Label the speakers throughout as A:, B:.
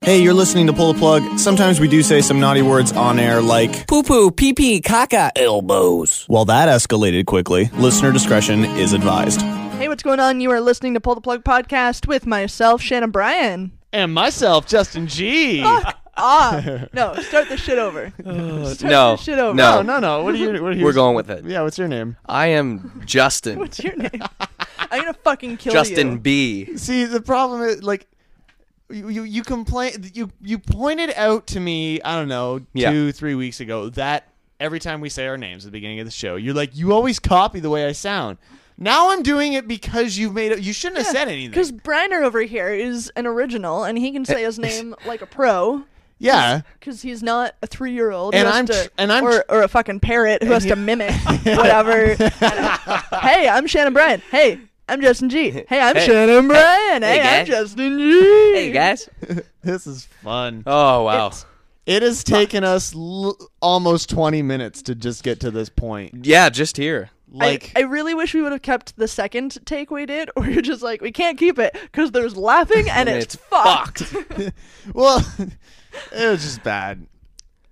A: Hey, you're listening to Pull the Plug. Sometimes we do say some naughty words on air like,
B: Poo poo, pee pee, caca, elbows.
A: well, that escalated quickly. Listener discretion is advised.
C: Hey, what's going on? You are listening to Pull the Plug podcast with myself, Shannon Bryan.
D: And myself, Justin G.
C: Ah, no, start the shit over.
D: Oh,
C: Start
E: no,
C: the shit over.
D: no, no,
E: no.
D: no. What are you? What are you
E: We're going with it.
D: Yeah. What's your name?
E: I am Justin.
C: What's your name? I'm gonna fucking kill
E: Justin
C: you.
E: B.
D: See, the problem is like. You, you you complain you you pointed out to me I don't know two
E: Yeah.
D: three weeks ago that every time we say our names at the beginning of the show you're like you always copy the way I sound now I'm doing it because you've made it you shouldn't have said anything Eh.
C: Because Briner over here is an original, and he can say his name like a pro.
D: yeah
C: Because he's not a three-year-old,
D: And
C: who has
D: I'm
C: to-
D: tr- and I'm
C: or, or a fucking parrot who has to mimic whatever. hey, I'm Shannon Bryan. Hey, I'm Justin G. Hey, I'm
E: Hey.
C: Shannon Bryan. Hey,
E: Hey,
C: I'm
E: guys.
C: Justin G.
E: Hey guys.
D: this is fun
E: Oh wow.
D: it has taken us l- almost 20 minutes to just get to this point
E: yeah, just here.
C: I-
D: like
C: I, really wish we would have kept the second take we did, or you're just like, we can't keep it because there's laughing and it's,
E: It's
C: fucked.
D: well it was just bad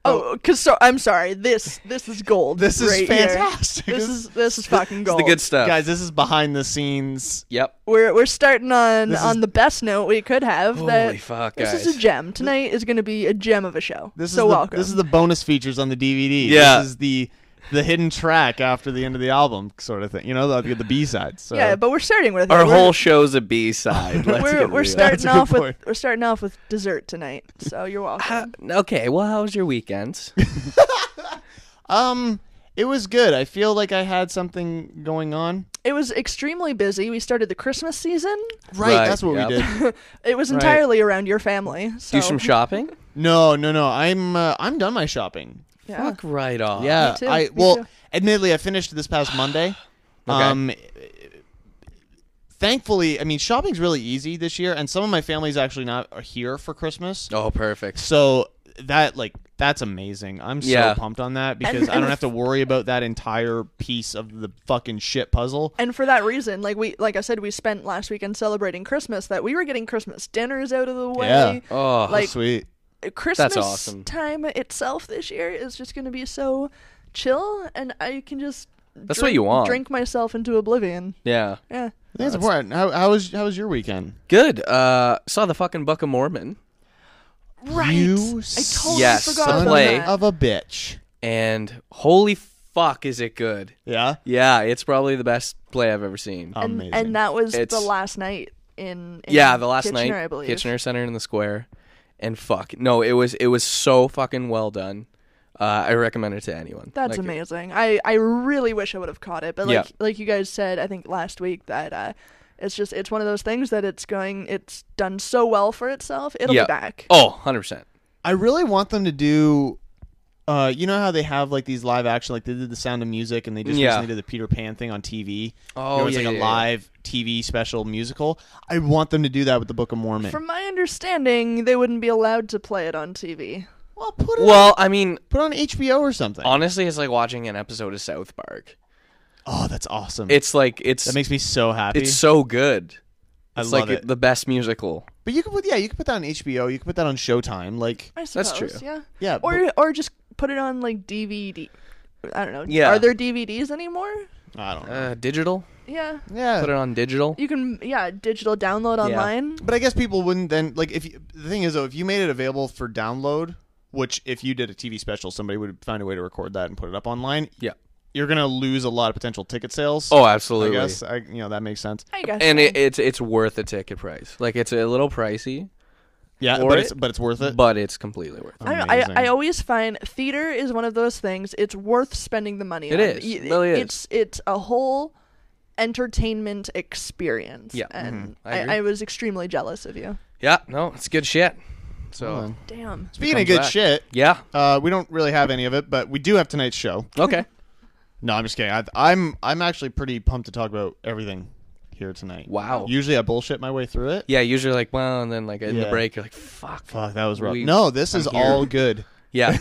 C: oh, because so, I'm sorry. This this is gold.
D: This is
C: right here.
D: fantastic.
C: This
D: This-
C: is this is fucking
E: It's
C: gold.
E: the good stuff.
D: guys this is behind the scenes
E: Yep.
C: We're we're starting on
D: This is-
C: on the best note we could have. that
E: Holy fuck,
C: This
E: guys.
C: is a gem. Tonight is going to be a gem of a show.
D: This
C: so
D: is the,
C: welcome.
D: This is the bonus features on the DVD.
E: Yeah.
D: This is the the hidden track after the end of the album sort of thing. You know, the, the B side. So.
C: yeah, but we're starting with
E: Our
C: it.
E: whole show's a B side. Let's
C: We're, we're,
E: get
C: we're
E: real.
C: starting
D: a good
C: off with
D: point.
C: we're starting off with dessert tonight. So you're welcome.
E: Uh, okay, well, how was your weekend?
D: um it was good. I feel like I had something going on.
C: it was extremely busy. We started the Christmas season.
D: Right,
E: Right,
D: that's what we
E: yep.
D: did.
C: It was entirely around your family. So,
E: Do some shopping?
D: No, no, no. I'm uh, I'm done my shopping.
C: Yeah.
E: Fuck right off.
D: Yeah,
C: Me too, me
D: I well,
C: too.
D: admittedly, I finished this past Monday.
E: Okay.
D: Um, thankfully, I mean, shopping's really easy this year, and some of my family's actually not are here for Christmas.
E: Oh, perfect.
D: So that like that's amazing. I'm so
E: Yeah.
D: pumped on that because
C: And-
D: I
C: and-
D: don't have to worry about that entire piece of the fucking shit puzzle.
C: And for that reason, like we like I said, we spent last weekend celebrating Christmas that we were getting Christmas dinners out of the way.
E: Oh,
C: like
D: Sweet.
C: Christmas
E: awesome.
C: time itself this year is just gonna be so chill and I can just
E: That's
C: drink-
E: what you want.
C: Drink myself into oblivion.
E: yeah.
C: Yeah.
D: I think it's important. How, how was how was your weekend?
E: Good. Uh, saw the fucking Book of Mormon,
C: Right.
D: You
C: I totally
E: yes,
C: forgot
E: the
C: about
E: play
C: that.
D: of a bitch.
E: and holy fuck, is it good?
D: Yeah.
E: Yeah, it's probably the best play I've ever seen.
C: and,
D: Amazing.
C: and that was the
E: It's-
C: last night in, in
E: yeah, the last
C: Kitchener,
E: night,
C: I believe.
E: Kitchener Center in the Square, and fuck, no, it was it was so fucking well done. Uh, I recommend it to anyone.
C: That's
E: Like,
C: amazing. I, I really wish I would have caught it, but like
E: Yeah.
C: like you guys said, I think last week that uh, it's just it's one of those things that it's going it's done so well for itself. It'll
E: Yeah.
C: be back.
E: Oh, 100 percent.
D: I really want them to do. Uh, you know how they have like these live action, like they did the Sound of Music, and they just
E: Yeah.
D: recently did the Peter Pan thing on TV.
E: Oh,
D: There was
E: yeah,
D: like a
E: yeah, yeah.
D: live TV special musical. I want them to do that with the Book of Mormon.
C: From my understanding, they wouldn't be allowed to play it on TV.
D: well, put it on,
E: Well, I mean,
D: put it on HBO or something.
E: honestly, it's like watching an episode of South Park.
D: oh, that's awesome.
E: It's like it's
D: that makes me so happy.
E: it's so good.
D: I
E: It's
D: love
E: like
D: it.
E: the best musical.
D: But you could put yeah, you could put that on HBO. You could put that on Showtime. Like
C: I suppose.
E: That's true.
C: Yeah.
D: yeah,
C: Or or just put it on like DVD. I don't know.
E: Yeah.
C: Are there DVDs anymore?
D: but- I don't know.
E: Uh, digital.
C: Yeah.
D: yeah,
E: Put it on digital.
C: You can yeah digital download online.
D: but I guess people wouldn't then like if you, the thing is though if you made it available for download, which if you did a TV special, somebody would find a way to record that and put it up online.
E: Yeah.
D: You're gonna lose a lot of potential ticket sales.
E: Oh,
D: I
E: absolutely.
D: guess I, you know that makes sense.
C: I guess.
E: And
C: so.
E: it, it's it's worth the ticket price. Like it's a little pricey,
D: Yeah,
E: Or
D: but
E: it-
D: it's but it's worth it.
E: but it's completely worth it.
C: I, don't know, I I
D: Amazing.
C: always find theater is one of those things. It's worth spending the money. on.
E: It is.
C: Y-
E: It really is.
C: It's it's a whole entertainment experience.
E: Yeah.
D: Mm-hmm.
C: and
E: I
C: I,
E: agree.
C: I, was extremely jealous of you.
E: Yeah, no, it's good shit. So
D: Well, then.
C: Damn.
D: Speaking of
E: comes
D: good
E: back.
D: shit,
E: yeah,
D: uh, we don't really have any of it, but we do have tonight's show.
E: okay.
D: No, I'm just kidding. I, I'm I'm actually pretty pumped to talk about everything here tonight.
E: Wow.
D: Usually I bullshit my way through it.
E: yeah, usually like well, and then like in
D: Yeah.
E: the break you're like fuck.
D: Fuck, that was rough.
E: We-
D: no, this is
E: I'm here.
D: all good.
E: Yeah,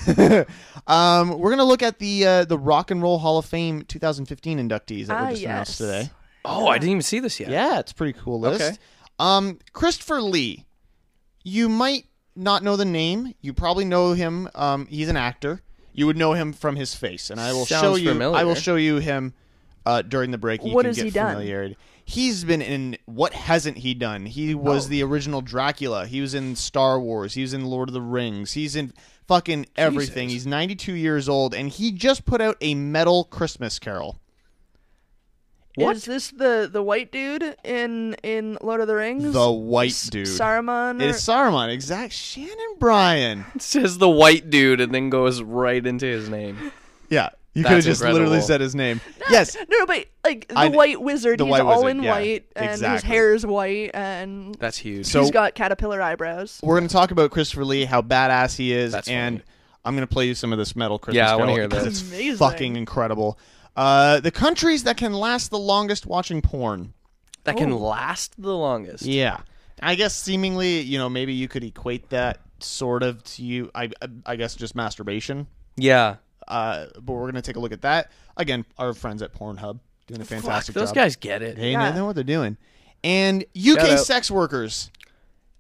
D: Um, we're gonna look at the uh, the Rock and Roll Hall of Fame 2015 inductees that
C: Ah,
D: were just
C: yes.
D: announced today.
E: Oh, I didn't even see this yet.
D: Yeah, it's a pretty cool list.
E: Okay.
D: Um, Christopher Lee, you might not know the name. You probably know him. Um, he's an actor. You would know him from his face, and I will
E: Sounds
D: show you. I will
E: familiar.
D: show you him uh, during the break. You
C: What
D: can
C: has
D: get
C: he done?
D: Familiarity. He's been in. What hasn't he done? He was the original Dracula. He was in Star Wars. He was in Lord of the Rings. He's in fucking everything. He's 92 years old, and he just put out a metal Christmas Carol.
C: Is this the the white dude in in Lord of the Rings?
D: The white
C: S-
D: dude.
C: Saruman. or-
D: It's Saruman, exact. Shannon Bryan.
E: says the white dude and then goes right into his name.
D: Yeah, you
E: That's
D: could have just literally
E: incredible.
D: said his name. yes,
C: no, no, but like the
D: I-
C: white wizard,
D: the
C: he's
D: white
C: all
D: wizard,
C: in
D: yeah,
C: white, and his
D: exactly.
C: hair is white, and
E: That's huge.
D: So-
C: he's got caterpillar eyebrows.
D: we're going to talk about Christopher Lee, how badass he is,
E: That's
D: and
E: funny.
D: I'm going to play you some of this metal Christmas
E: Yeah, I wanna
D: Carol
E: hear
D: because
E: this.
D: it's
C: Amazing.
D: fucking incredible. Uh, the countries that can last the longest watching porn.
E: that can last the longest.
D: Oh. Yeah, I guess seemingly, you know, maybe you could equate that sort of to you. I, I- I guess just masturbation.
E: Yeah.
D: Uh, but we're going to take a look at that again. Our friends at Pornhub doing a fantastic
E: Those
D: job.
E: guys get it.
D: They,
C: Yeah.
D: they know what they're doing. And UK
E: out.
D: sex workers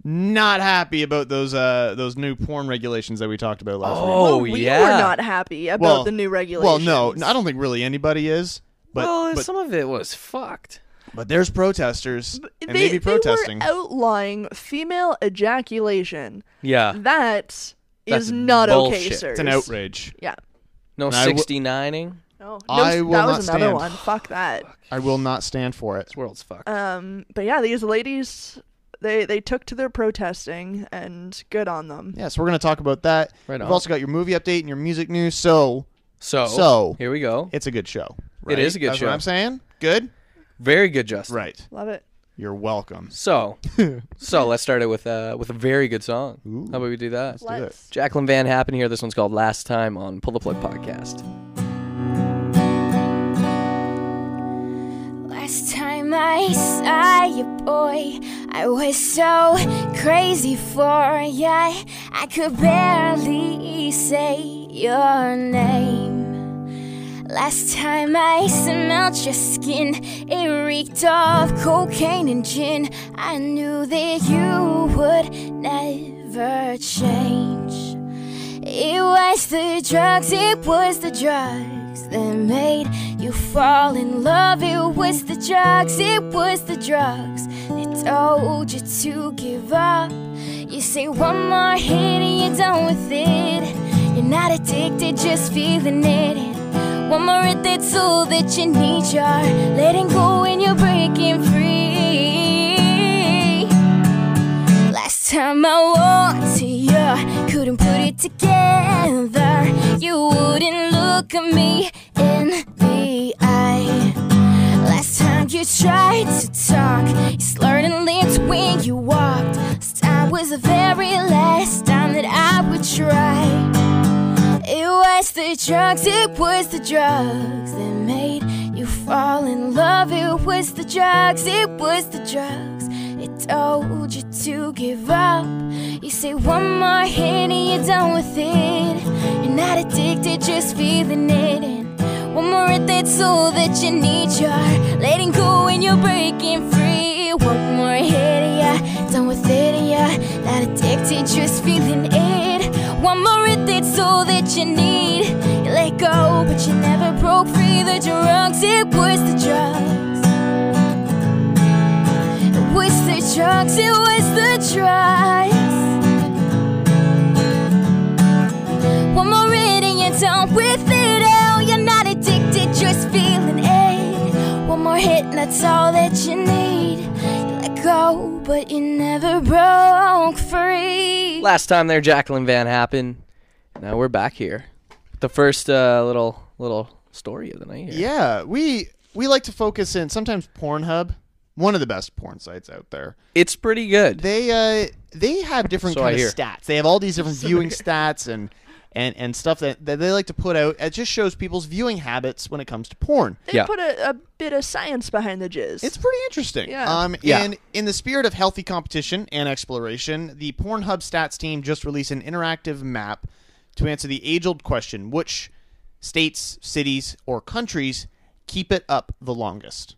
D: not happy about those uh those new porn regulations that we talked about last week.
E: Oh
C: we
E: yeah.
C: were not happy about
D: Well,
C: the new
D: Well,
C: regulations.
D: no, I don't think really anybody is. But
E: well,
D: but,
E: some of it was fucked.
D: but there's protesters and
C: They, they
D: maybe
C: were
D: protesting.
C: outlawing female ejaculation.
E: Yeah.
C: That
E: That's
C: is not okay,
E: bullshit.
C: sir.
D: it's
E: It's
D: an outrage.
C: Yeah.
E: No
D: I w-
E: 69ing.
C: Oh, No, no
D: I
C: that
D: will not
C: was another
D: stand.
C: one. Fuck that.
D: I will not stand for it.
E: This world's fucked.
C: Um, but yeah, these ladies, they they took to their protesting, and good on them.
D: Yeah, so we're going to talk about that.
E: Right
D: We've
E: on.
D: also got your movie update and your music news. So
E: so
D: so-
E: here we go.
D: it's a good show.
E: It is
D: right?
E: a good
D: That's
E: show.
D: What I'm saying good.
E: Very good, Justin.
D: Right.
C: Love it.
D: You're welcome.
E: So, so let's start it with uh, with a very good song. How about we do that?
D: it.
C: Let's.
E: Jacqueline Van Happen here. This one's called "Last Time" on Pull the Plug Podcast.
F: Last time I saw you, boy, I was so crazy for you. I could barely say your name. Last time I smelled your skin, it reeked of cocaine and gin. I knew that you would never change. It was the drugs, it was the drugs that made you fall in love. It was the drugs, it was the drugs that told you to give up. You say one more hit and you're done with it. You're not addicted, just feeling it. One more hit, that's all that you need. You're letting go and you're breaking free. Last time I walked to you, couldn't put it together. You wouldn't look at me in the eye. Last time you tried to talk, you slurred and limped when you walked. Last time was the very last time that I would try. It was the drugs, it was the drugs that made you fall in love. It was the drugs, it was the drugs. It told you to give up. You say one more hit and you're done with it. You're not addicted, just feeling it. And one more hit, that's all that you need. You're letting go and you're breaking free. One more hit, yeah, done with it, yeah. Not addicted, just feeling it. One more hit, that's all that you need. You let go, but you never broke free. The drugs, it was the drugs. It was the drugs, it was the drugs. One more hit and you're done with it. Oh, you're not addicted, just feeling it. One more hit and that's all that you need. You let go, but you never broke free.
E: Last time there, Jacqueline Van Happen. Now we're back here. The first uh, little little story of the night. Here.
D: Yeah, we we like to focus in sometimes Pornhub, one of the best porn sites out there.
E: it's pretty good.
D: They uh they have different
E: So I
D: kind of
E: hear.
D: stats. They have all these different viewing stats and and and stuff that, that they like to put out. It just shows people's viewing habits when it comes to porn.
C: They
E: Yeah.
C: put a, a bit of science behind the jizz.
D: It's pretty interesting.
C: Yeah.
D: Um,
E: Yeah.
D: And in the spirit of healthy competition and exploration, the Pornhub stats team just released an interactive map to answer the age old question which states, cities, or countries keep it up the longest?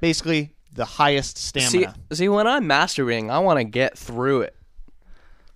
D: Basically, the highest stamina.
E: see, see, when I'm masturbating, I want to get through it.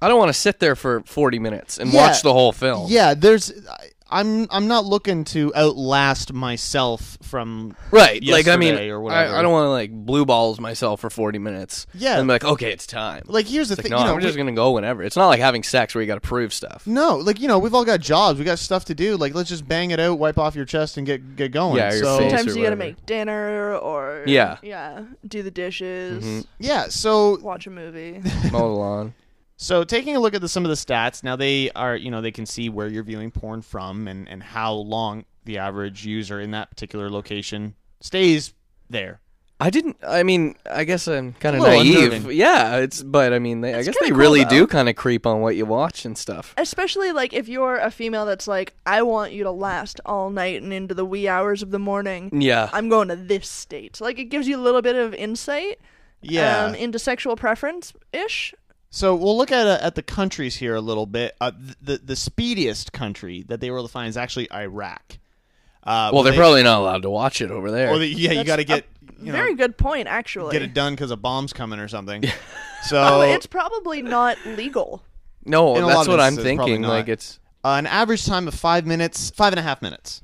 E: I don't want to sit there for 40 minutes and
D: Yeah.
E: watch the whole film.
D: Yeah, there's. I- I'm I'm not looking to outlast myself from
E: Right. Like I mean,
D: yesterday or whatever.
E: I, I don't want to like blue balls myself for 40 minutes.
D: Yeah.
E: And be like, okay, it's time.
D: like here's the
E: It's like,
D: thing.
E: no,
D: you know,
E: I'm
D: we-
E: just gonna go whenever. It's not like having sex where you got to prove stuff.
D: No, like you know, we've all got jobs, we got stuff to do. Like let's just bang it out, wipe off your chest, and get get going.
E: Yeah, your
D: so
E: face.
C: Sometimes
E: or
C: you gotta
E: whatever.
C: make dinner or
E: Yeah. Mm-hmm.
C: yeah, do the dishes,
D: yeah, so
C: watch a movie.
E: Mow the lawn.
D: so taking a look at the, some of the stats now, they are you know they can see where you're viewing porn from and and how long the average user in that particular location stays there.
E: I didn't. I mean, I guess I'm kind of
D: little
E: naive.
D: unnerving.
E: Yeah, it's. But I mean, they, I guess
C: kinda
E: they
C: cool,
E: really
C: though.
E: do kind of creep on what you watch and stuff.
C: Especially like if you're a female that's like, I want you to last all night and into the wee hours of the morning.
E: Yeah,
C: I'm going to this state. Like it gives you a little bit of insight
D: Yeah.
C: um, into sexual preference ish.
D: so we'll look at uh, at the countries here a little bit. Uh, th- the the speediest country that they were able to find is actually Iraq. Uh,
E: Well,
D: where
E: they're probably not allowed to watch it over there.
D: Or the, yeah, you got to get you know,
C: Very good point, actually.
D: get it done because a bomb's coming or something.
C: Oh,
D: So
C: it's probably not legal.
E: no,
D: in a lot
E: that's
D: of
E: what I'm
D: instances, probably
E: thinking.
D: not.
E: Like it's
D: uh, an average time of five minutes, five and a half minutes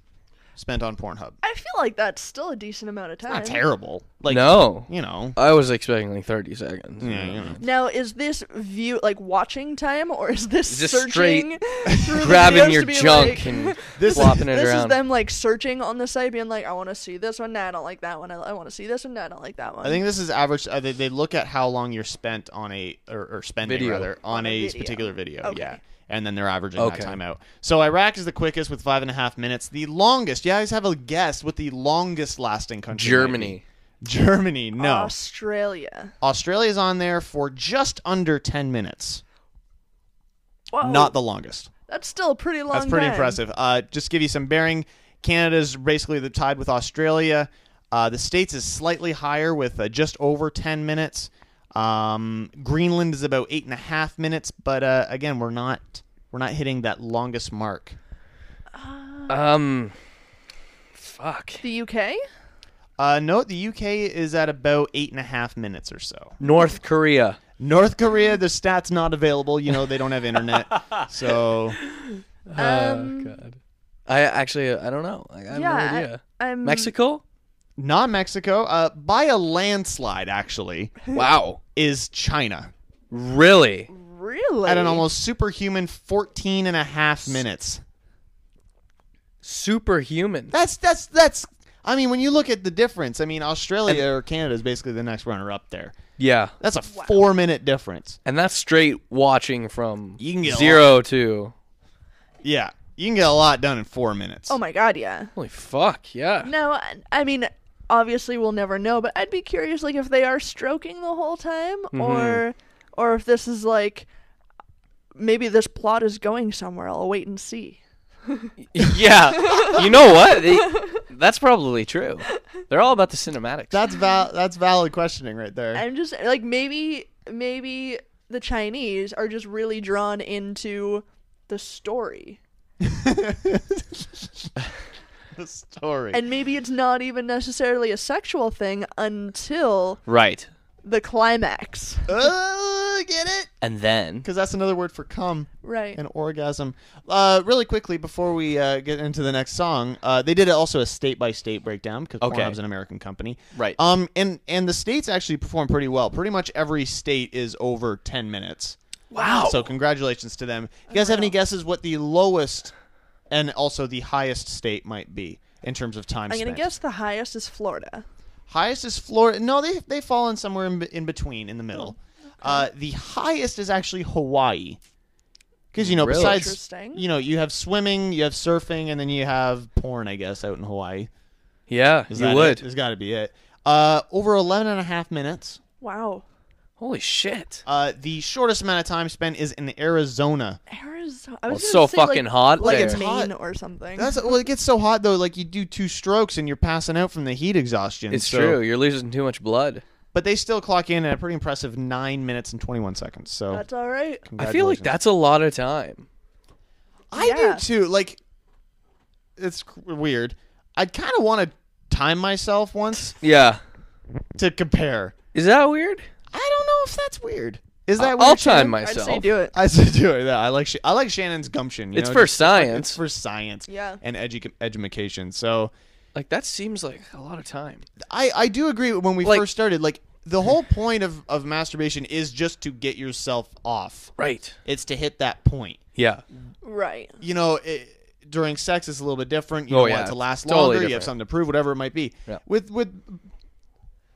D: spent on Pornhub.
C: I feel like that's still a decent amount of time.
D: Not terrible. Like
E: no.
D: you know.
E: I was expecting like 30 seconds.
D: Yeah, you know.
C: Now, is this view like watching time, or is this
E: Just
C: searching, through the
E: Grabbing
C: videos
E: your
C: to be
E: junk
C: like-
E: and flopping it
C: this
E: around.
C: is them like searching on the site, being like, "I want to see this one. Nah, I don't like that one. I, I want to see this one. Nah, I don't like that one."
D: I think this is average. Uh, they, they look at how long you're spent on a or, or spending
E: Video.
D: rather on
C: On a
D: a
C: video.
D: particular video.
C: Okay.
D: Yeah. And then they're averaging
E: Okay.
D: that time out. So Iraq is the quickest with five and a half minutes. The longest. You guys have a guess what the longest lasting country? might be.
E: Germany.
D: Germany. No.
C: Australia.
D: Australia's on there for just under ten minutes.
C: Whoa,
D: Not the longest.
C: That's still a pretty long.
D: That's pretty
C: time.
D: impressive. Uh, just give you some bearing. Canada's basically the tied with Australia. Uh, the states is slightly higher with uh, just over ten minutes. Um, Greenland is about eight and a half minutes, but uh, again, we're not we're not hitting that longest mark.
E: Um, fuck.
C: The UK.
D: Uh, note the UK is at about eight and a half minutes or so.
E: North Korea.
D: North Korea, the stats not available. You know they don't have internet, so
C: Um,
E: oh god. I actually I don't know. Like, I have
C: yeah,
E: no idea.
C: I, um, am
E: Mexico?
D: not Mexico. Uh, by a landslide, actually,
E: Wow.
D: is China.
E: Really?
C: Really?
D: at an almost superhuman 14 and a half minutes.
E: Superhuman.
D: That's that's that's I mean when you look at the difference, I mean Australia or Canada is basically the next runner up there.
E: Yeah.
D: That's a 4 minute difference.
E: And that's straight watching from
D: You can get a
E: zero to
D: Yeah. You can get a lot done in 4 minutes.
C: Oh my god! Yeah.
E: Holy fuck, yeah.
C: No, I, I mean, obviously we'll never know, but I'd be curious, like, if they are stroking the whole time,
E: Mm-hmm.
C: or, or if this is like, maybe this plot is going somewhere. I'll wait and see.
E: yeah. You know what? They- that's probably true. They're all about the cinematics.
D: That's val- that's valid questioning right there.
C: I'm just like, maybe, maybe the Chinese are just really drawn into the story,
D: the story.
C: and maybe it's not even necessarily a sexual thing until
E: right.
C: the climax.
D: oh, get it?
E: And then
D: Cuz that's another word for cum.
C: Right.
D: An orgasm. Uh, really quickly before we uh, get into the next song, uh, they did also a state by state breakdown because
E: Okay.
D: Pornhub's an American company,
E: Right.
D: Um, and and the states actually perform pretty well. Pretty much every state is over ten minutes.
E: Wow.
D: So congratulations to them. You guys have any guesses what the lowest and also the highest state might be in terms of time?
C: I'm gonna
D: spent?
C: guess the highest is Florida.
D: Highest is Florida. No, they they fall in somewhere in, in between, in the middle. Uh, the highest is actually Hawaii, because you know
E: Really?
D: besides
C: Interesting.
D: you know you have swimming, you have surfing, and then you have porn. I guess out in Hawaii,
E: Yeah,
D: Is
E: you
D: that
E: would.
D: It? has got to be it. Uh, over 11 and a half minutes.
C: Wow.
E: Holy shit.
D: Uh, the shortest amount of time spent is in Arizona.
C: Arizona. I was
E: it's
C: gonna
E: so
C: say, like-
E: fucking hot
C: Like
E: there.
C: it's
D: hot.
C: Maine or something.
D: That's well, it gets so hot though. Like you do two strokes and you're passing out from the heat exhaustion.
E: It's
D: so-
E: true. You're losing too much blood.
D: but they still clock in at a pretty impressive nine minutes and 21 seconds. So
C: That's all right.
E: I feel like
D: congratulations.
E: that's a lot of time.
D: I
C: Yeah.
D: do too. Like, it's c- weird. I'd kind of want to time myself once
E: Yeah.
D: to compare.
E: Is that weird?
D: I don't know if that's weird. Is that
E: I'll
D: weird,
E: time
D: Shannon?
C: I'd
E: myself.
C: say do it.
D: I said do it. Yeah, I like Sh- I like Shannon's gumption. you
E: It's
D: know,
E: for
D: just-
E: science.
D: It's for science.
C: Yeah.
D: And edu- education. So
E: Like that seems like a lot of time.
D: I I do agree when we
E: Like-
D: first started. Like the whole point of of masturbation is just to get yourself off.
E: Right.
D: It's to hit that point.
E: Yeah.
C: Right.
D: You know. It, during sex, it's a little bit different. You
E: Oh,
D: want
E: yeah,
D: it to last
E: totally
D: longer. You have
E: different.
D: something to prove, whatever it might be.
E: Yeah.
D: With with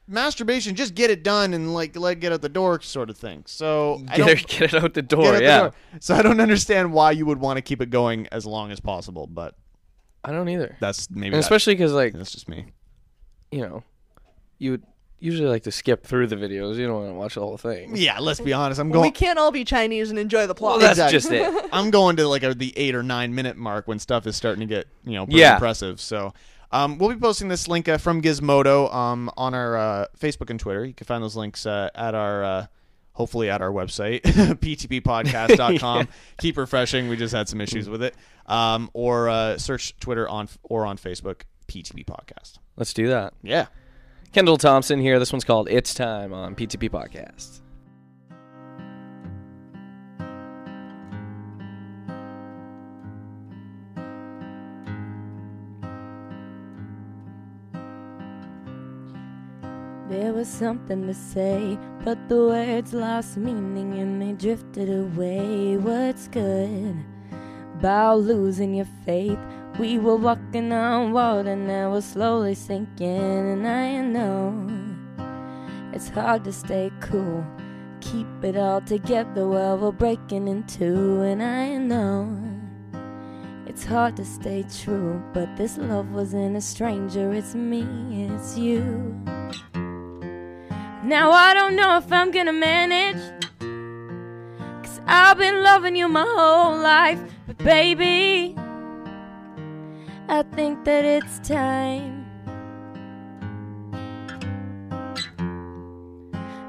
D: masturbation, just get it done and like let get out the door, sort of thing. So I
E: Get
D: don't,
E: it, get it out the door.
D: Get out the
E: yeah.
D: door. So I don't understand why you would want to keep it going as long as possible, but
E: I don't either.
D: that's maybe
E: And
D: that-
E: especially because like
D: that's just me.
E: you know, you would usually like to skip through the videos. You don't want to watch the whole thing.
D: Yeah, let's be honest. I'm
C: we
D: going.
C: can't all be Chinese and enjoy the plot.
E: Well, that's
D: Exactly.
E: just it.
D: I'm going to like a, the eight or nine minute mark when stuff is starting to get you know pretty
E: Yeah.
D: impressive. So. Um, we'll be posting this link uh, from Gizmodo um, on our uh, Facebook and Twitter. You can find those links uh, at our, uh, hopefully at our website, ptppodcast.com. Keep refreshing. We just had some issues with it. Um, or uh, search Twitter on or on Facebook, PTP Podcast.
E: Let's do that.
D: Yeah.
E: Kendall Thompson here. This one's called It's Time on PTP Podcast.
G: There was something to say, but the words lost meaning and they drifted away. What's good about losing your faith? We were walking on water, now we're slowly sinking, and I know. It's hard to stay cool. Keep it all together while we're breaking in two. And I know it's hard to stay true. But this love wasn't a stranger, it's me, it's you. Now I don't know if I'm gonna manage. Cause I've been loving you my whole life. But baby, I think that it's time.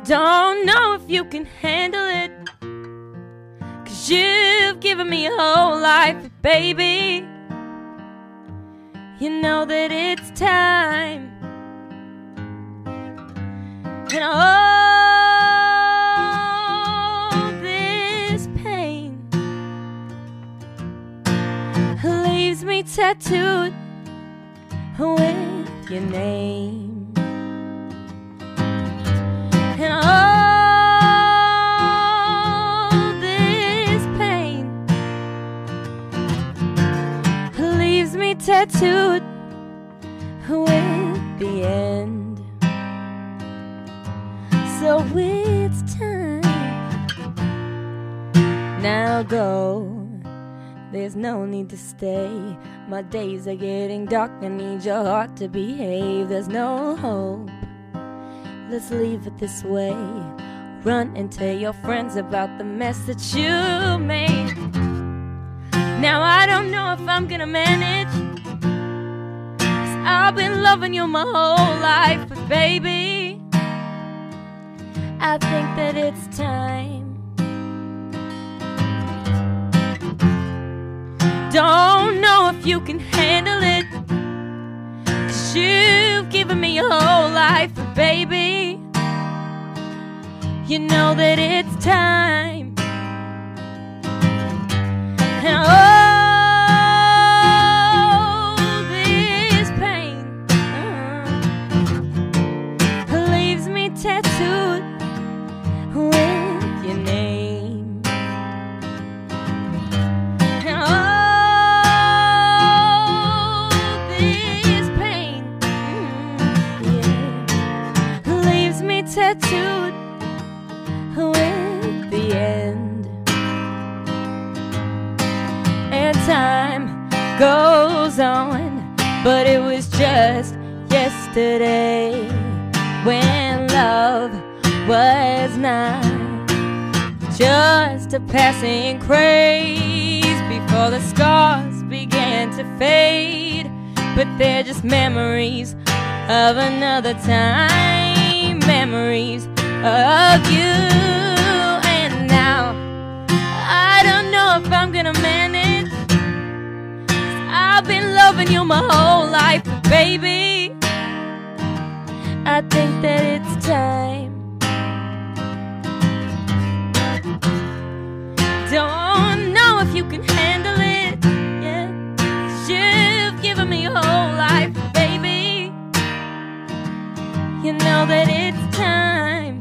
G: Don't know if you can handle it. Cause you've given me your whole life, baby. You know that it's time. And all this pain leaves me tattooed with your name and all this pain leaves me tattooed with the end. So it's time now go. There's no need to stay. My days are getting dark. I need your heart to behave. There's no hope. Let's leave it this way. Run and tell your friends about the mess that you made. Now I don't know if I'm gonna manage. Cause I've been loving you my whole life, but baby, I think that it's time. Don't know if you can handle it. Cause you've given me your whole life, but baby. You know that it's time. And all this pain uh, leaves me tattooed with your name. And all this pain mm, yeah, leaves me tattooed with the end. And time goes on, but it was just yesterday when love was not just a passing craze before the scars began to fade. But they're just memories of another time, memories of you. And now I don't know if I'm gonna manage. Cause I've been loving you my whole life, but baby. I think that it's time. don't know if you can handle it. Yeah, you've given me your whole life, baby. You know that it's time.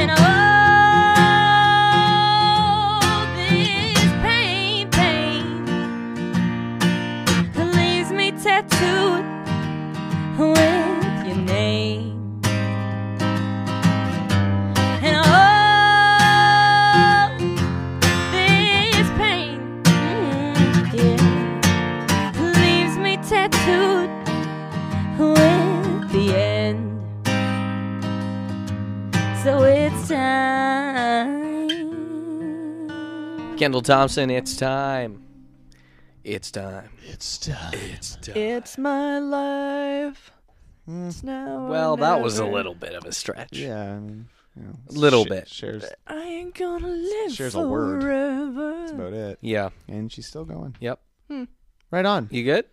G: And all this pain, pain leaves me tattooed with your name. And all this pain, mm, yeah, leaves me tattooed with the end. So it's time.
E: Kendall Thompson, it's time. It's time.
D: It's time.
E: It's time.
C: It's my life.
D: Hmm.
C: It's now or
E: well, that was a
C: never.
E: little bit of a stretch.
D: Yeah, I mean, you know,
E: Little
D: sh-
E: bit.
D: Shares
C: I ain't gonna live
D: Shares a word.
C: forever. Hmm.
D: about it,
E: Yeah.
D: and she's still going.
E: Yep.
D: Right on.
E: You good?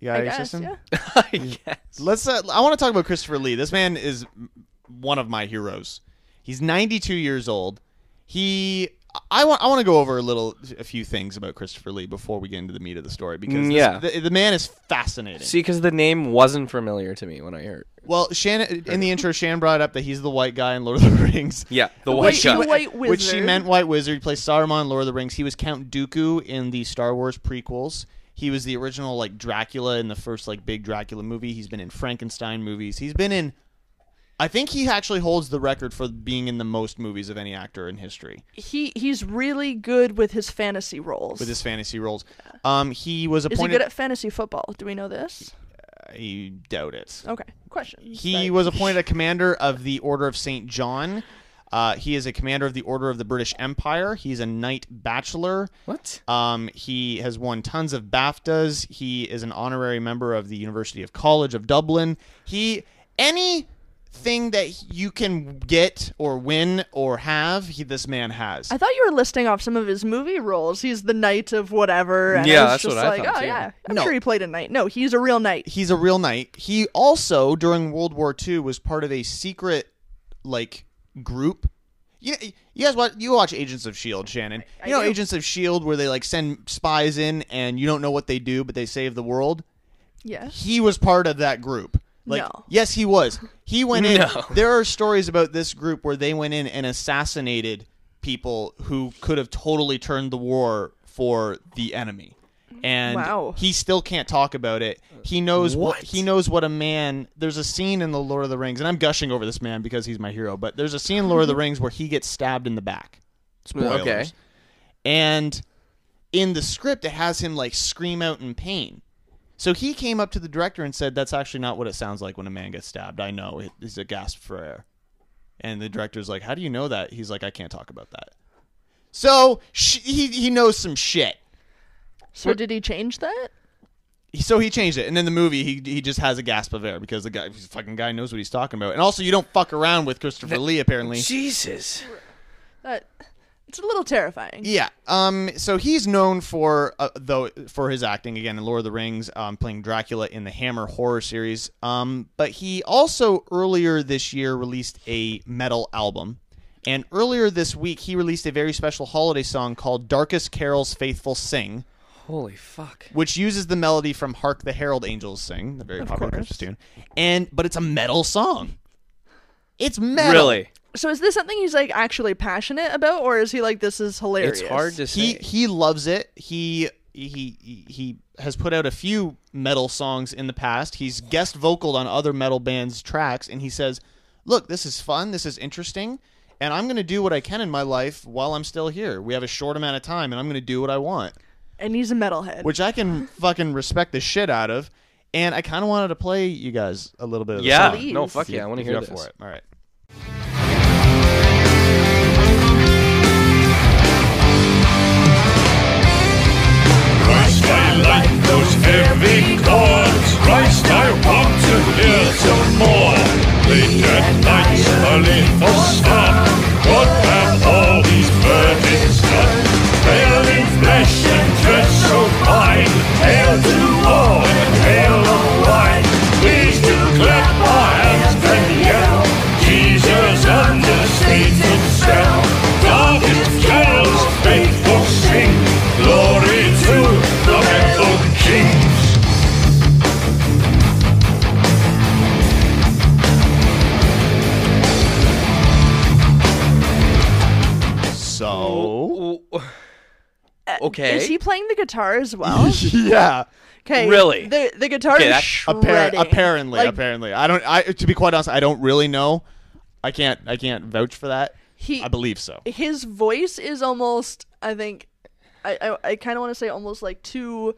D: You got
C: I
D: your
C: guess,
D: system.
C: yeah.
E: I guess.
D: Let's. Uh, I want to talk about Christopher Lee. This man is m- one of my heroes. He's 92 years old. He. I want. I want to go over a little, a few things about Christopher Lee before we get into the meat of the story because
E: Mm,
D: this-
E: yeah.
D: the, the man is fascinating.
E: See, because the name wasn't familiar to me when I heard.
D: well, Shannon in the intro, Shannon brought up that he's the white guy in Lord of the Rings.
E: Yeah, the
C: White
E: white guy.
C: Guy. White
D: Which she
C: Wizard.
D: meant White Wizard. He plays Saruman in Lord of the Rings. He was Count Dooku in the Star Wars prequels. He was the original like Dracula in the first like big Dracula movie. He's been in Frankenstein movies. He's been in I think he actually holds the record for being in the most movies of any actor in history
C: He he's really good with his fantasy roles.
D: with his fantasy roles. Um he was
C: Is he good
D: appointed
C: at fantasy football? Do we know this?
D: I doubt it.
C: Okay. Question.
D: He
C: Sorry.
D: was appointed a commander of the Order of St. John. Uh, he is a commander of the Order of the British Empire. He's a knight bachelor.
E: What?
D: Um, he has won tons of BAFTAs. He is an honorary member of the University of College of Dublin. He anything that you can get or win or have, he, this man has.
C: I thought you were listing off some of his movie roles. He's the knight of whatever. And
E: Yeah,
C: I was
E: that's
C: just
E: what I
C: like,
E: thought,
C: oh
E: too.
C: yeah, I'm
D: No.
C: sure he played a knight. No, he's a real knight.
D: He's a real knight. He also during World War II was part of a secret like group. You, you guys watch you watch Agents of Shield, E Shannon. You know
C: do.
D: Agents of Shield E where they like send spies in and you don't know what they do, but they save the world.
C: Yes.
D: he was part of that group. Like,
C: No.
D: yes, he was. He went in.
E: No.
D: There are stories about this group where they went in and assassinated people who could have totally turned the war for the enemy. And
C: Wow.
D: he still can't talk about it. He knows what he knows what a man. There's a scene in the Lord of the Rings, and I'm gushing over this man because he's my hero. But there's a scene in Lord of the Rings where he gets stabbed in the back. Spoilers.
E: Okay.
D: And in the script, it has him like scream out in pain. So he came up to the director and said, "That's actually not what it sounds like when a man gets stabbed. I know it is a gasp for air." And the director's like, "How do you know that?" He's like, "I can't talk about that." So sh- he he knows some shit.
C: So did he change that?
D: So he changed it, and in the movie, he he just has a gasp of air because the guy, the fucking guy, knows what he's talking about. And also, you don't fuck around with Christopher Lee, apparently.
E: Jesus.
C: That it's a little terrifying.
D: Yeah. Um. So he's known for uh, though for his acting again in Lord of the Rings, um, playing Dracula in the Hammer horror series. Um. But he also earlier this year released a metal album, and earlier this week he released a very special holiday song called "Darkest Carols Faithful Sing."
E: Holy fuck.
D: which uses the melody from "Hark the Herald Angels Sing," the very popular Christmas tune, and but it's a metal song. It's metal.
E: Really?
C: So is this something he's like actually passionate about, or is he like this is hilarious?
E: It's hard to say.
D: He he loves it. He he he- he has put out a few metal songs in the past. He's guest vocaled on other metal bands' tracks, and he says, "Look, this is fun. This is interesting." And I'm going to do what I can in my life while I'm still here. We have a short amount of time, and I'm going to do what I want.
C: And he's a metalhead.
D: which I can fucking respect the shit out of. And I kind of wanted to play you guys a little bit of the
E: yeah.
D: song.
E: No,
C: Please.
E: fuck yeah. I want to
D: If you're
E: hear
D: up
E: this.
D: for it. All right.
H: Christ, I like those heavy chords. Christ, I want to hear some more. Late at night, calling for stop. What have all these burdens done? Pale in flesh and dressed so fine. Hail to all and hail of wine. Please do clap our hands and yell. Ye
D: So
E: Okay.
C: Is he playing the guitar as well?
D: yeah,
C: Okay.
E: Really?
C: The the guitar
E: Okay,
C: is
E: that's-
D: Appar-
C: shredding.
D: apparently,
C: Like,
D: apparently. I don't. I to be quite honest, I don't really know. I can't. I can't vouch for that.
C: He-
D: I believe so.
C: his voice is almost i think i i, I kind of want to say almost like too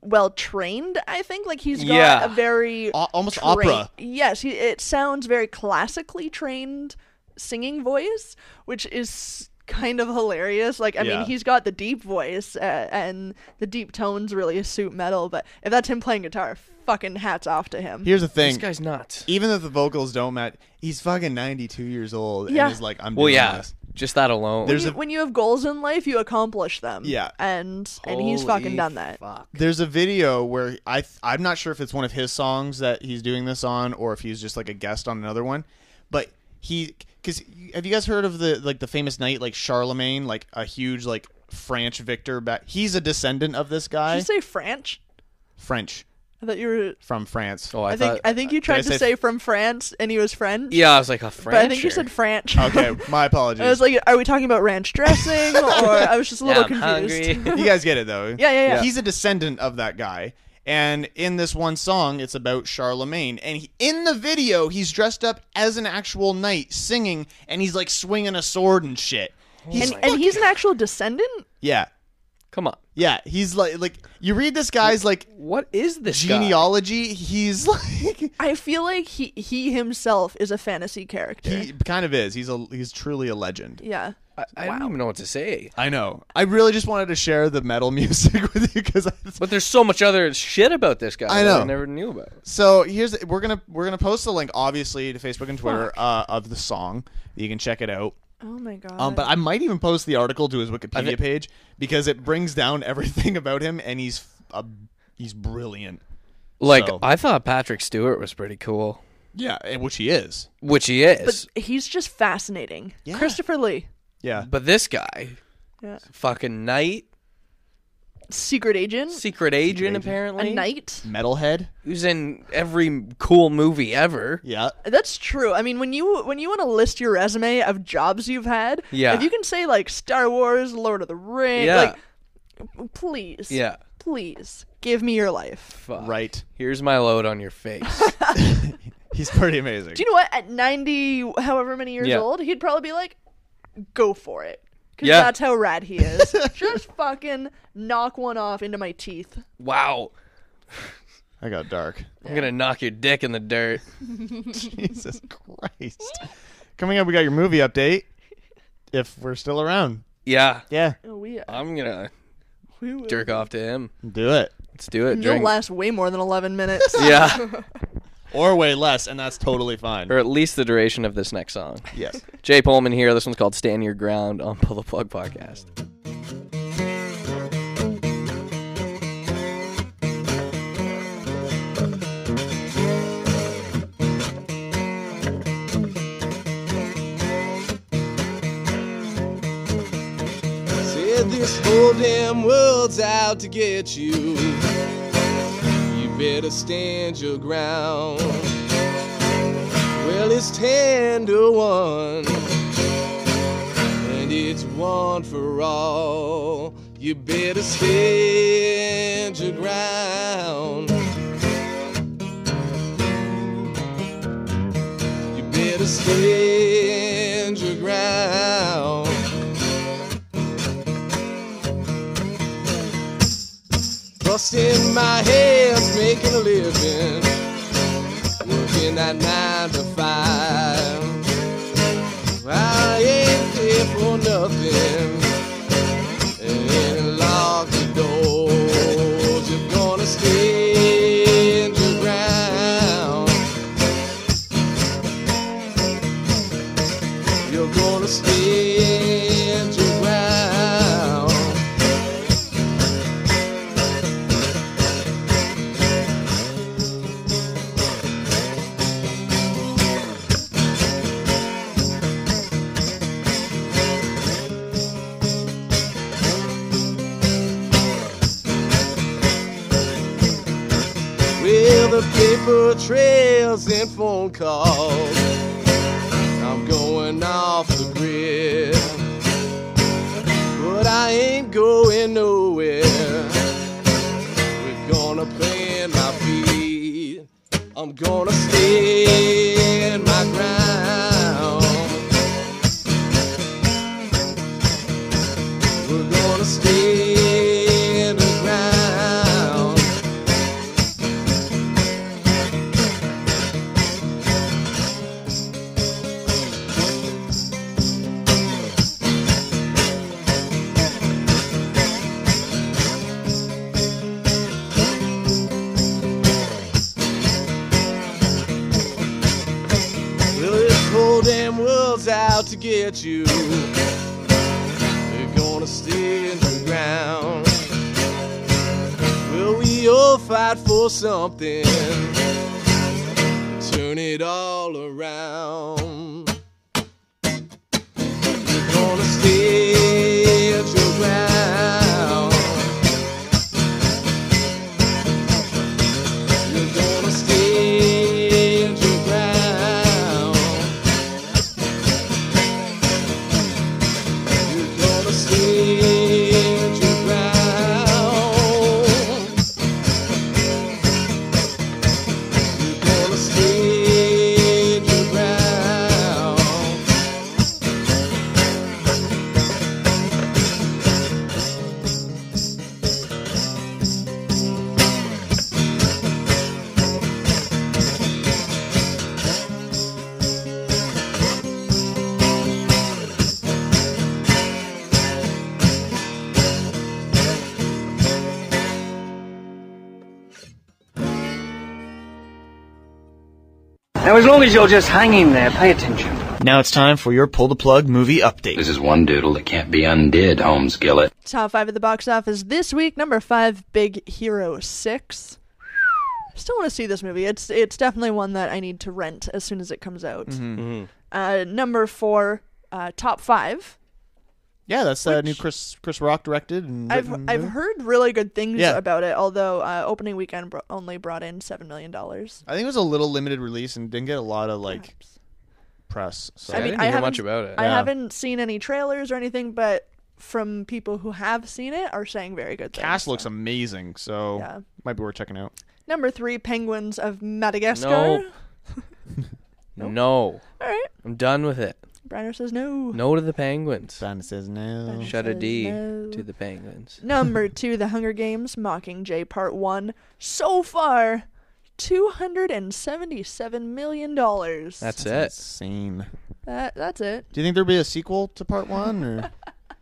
C: well trained i think like he's got
E: Yeah.
C: a very
D: Al- almost
C: train-
D: opera.
C: yes he, it sounds very classically trained singing voice which is kind of hilarious like i
D: Yeah.
C: mean he's got the deep voice uh, and the deep tones really suit metal but if that's him playing guitar fucking hats off to him
D: Here's the thing.
E: this guy's nuts.
D: Even if the vocals don't match, he's fucking 92 years old
C: Yeah.
D: and he's like, I'm doing
E: Well, yeah,
D: this.
E: just that alone.
D: There's
C: You-
D: a-
C: when you have goals in life you accomplish them
D: Yeah.
C: and and he's
E: Holy
C: fucking done that
E: Fuck.
D: There's a video where I th- I'm not sure if it's one of his songs that he's doing this on or if he's just like a guest on another one, but he because have you guys heard of the like the famous knight like Charlemagne like a huge like French victor back he's a descendant of this guy
C: Did you say French?
D: French
C: I thought you were.
D: from France
E: Oh, I,
C: I, think
E: thought.
C: I think you
D: I
C: tried to
D: say-
C: say, from France, and he was French.
E: yeah, I was like a
C: but I think you
E: Frencher.
C: said French.
D: okay my apologies
C: I was like, are we talking about ranch dressing, or I was just a
E: Now
C: little
E: I'm
C: confused.
E: hungry.
D: you guys get it though.
C: Yeah, yeah, yeah.
D: He's a descendant of that guy. And in this one song, it's about Charlemagne. And he, in the video, he's dressed up as an actual knight singing, and he's like swinging a sword and shit. He's,
C: And, and he's an actual descendant.
D: yeah,
E: Oh Come on.
D: yeah. He's like, like you read this guy's like
E: What is this guy?
D: genealogy. He's like,
C: I feel like he he himself is a fantasy character.
D: he kind of is. He's a, he's truly a legend.
C: yeah.
E: I, I don't even know what to say.
D: I know. I really just wanted to share the metal music with you because
E: But there's so much other shit about this guy.
D: I
E: that
D: know.
E: I never knew about.
D: So here's we're gonna we're gonna post the link obviously to Facebook and Twitter uh, of the song. You can check it out.
C: Oh my god.
D: Um, but I might even post the article to his Wikipedia
E: thi-
D: page because it brings down everything about him, and he's uh, he's brilliant.
E: Like
D: So-
E: I thought Patrick Stewart was pretty cool,
D: Yeah, and- which he is.
E: which he is.
C: But he's just fascinating.
D: Yeah.
C: Christopher Lee,
D: Yeah,
E: But, this guy,
C: Yeah.
E: fucking knight,
C: secret agent,
E: secret agent, apparently.
C: a knight.
D: metalhead.
E: Who's in every cool movie ever?
D: Yeah,
C: That's true. I mean, when you when you want to list your resume of jobs you've had,
E: Yeah.
C: if you can say like Star Wars, Lord of the Rings,
E: Yeah.
C: like please,
E: Yeah.
C: please give me your life.
E: Fuck.
D: right.
E: Here's my load on your face.
D: He's pretty amazing.
C: Do you know what? At ninety, however many years
E: Yeah.
C: old, he'd probably be like, "Go for it," because
E: Yeah.
C: that's how rad he is. Just fucking knock one off into my teeth.
E: wow.
D: I got dark.
E: I'm gonna knock your dick in the dirt.
D: Jesus Christ. Coming up, we got your movie update. If we're still around,
E: Yeah.
D: yeah,
C: Oh, we,
E: I'm gonna
C: we will.
E: jerk off to him.
D: do it.
E: Let's do it.
C: You'll
E: Drink.
C: last way more than eleven minutes.
E: Yeah.
D: Or way less, and that's totally fine.
E: or at least the duration of this next song.
D: Yes.
E: Jay Pullman here. This one's called Stand Your Ground on Pull the Plug Podcast.
I: Said this whole damn world's out to get you. You better stand your ground. Well, it's ten to one, and it's one for all. You better stand your ground. You better stand your ground. Busting my hands, making a living. Working that nine to five. I ain't here for nothing. And lock the doors. You're gonna stand your ground. You're gonna stand your ground. With the paper trails and phone calls, I'm going off the grid. going nowhere. We're gonna plant my feet. I'm gonna stand my ground. We're gonna stand the ground. Well, this whole damn world's out to get you. They're gonna stay in the ground. Well, we all fight for something. Turn it all around. We're gonna stay at your ground. We're gonna stay at your ground. You're gonna stand your ground. You're gonna stand your ground.
J: Now, as long as you're just hanging there, pay attention.
D: Now it's time for your pull the plug movie update.
K: This is one doodle that can't be undid, Holmes Gillett.
C: Top five at the box office this week. Number five, Big Hero Six. Still want to see this movie. It's it's definitely one that I need to rent as soon as it comes out.
E: Mm-hmm.
C: Uh, number four, uh, top five.
D: Yeah, that's uh, new Chris Chris Rock directed. And
C: I've
D: written
C: I've
D: movie.
C: heard really good things
D: Yeah.
C: about it. Although uh, opening weekend bro- only brought in seven million dollars.
D: I think it was a little limited release and didn't get a lot of like press. So
C: I mean,
E: didn't
C: I
E: hear much
C: haven't-
E: about it.
C: I
D: Yeah.
C: haven't seen any trailers or anything, but from people who have seen it are saying very good things.
D: cast looks amazing, so
C: Yeah.
D: might be worth checking out.
C: Number three, Penguins of Madagascar.
E: No. No,
C: All right.
E: I'm done with it.
C: Briner says no.
E: No to the penguins.
D: Brandon says no.
E: Shut a
C: says
E: D
C: no.
E: to the penguins.
C: Number two, The Hunger Games Mockingjay Part 1. So far, $277 million. That's,
E: That's it.
D: Insane.
C: that, that's it.
D: Do you think there'll be a sequel to part one? Or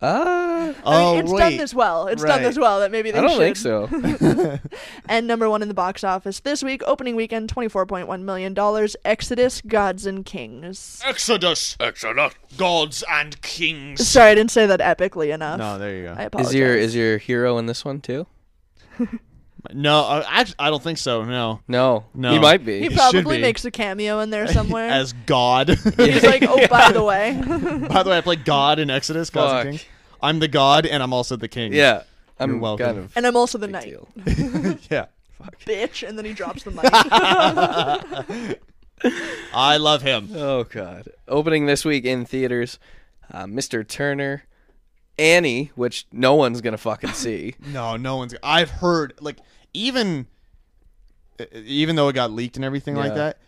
E: Uh,
C: I mean,
D: oh
C: it's
D: wait,
C: done this well. It's done this
E: Right.
C: well that maybe they
E: I don't
C: should.
E: think so.
C: And number one in the box office this week, opening weekend, $24.1 million, Exodus, Gods and Kings.
H: Exodus! Exodus! Gods and kings!
C: Sorry, I didn't say that epically enough.
D: no, there you go.
C: I apologize.
E: is your is your hero in this one too?
D: no, I, I- I don't think so. No,
E: No,
D: No.
E: he might
C: he
E: be.
D: should
C: probably
D: be.
C: makes a cameo in there somewhere.
D: as God.
C: He's like, oh, by the way.
D: By the way, I play God in Exodus. God's the
E: Fuck.
D: king. I'm the God, and I'm also the king.
E: yeah, I'm
D: You're welcome.
E: kind of
C: and I'm also the
E: big
C: knight.
E: deal.
D: yeah.
C: Bitch. And then he drops the mic.
D: I love him.
E: Oh God! Opening this week in theaters, uh, Mr. Turner, Annie, which no one's gonna fucking see.
D: No, no one's. I've heard like even e- even though it got leaked and everything like
E: Yeah.
D: that,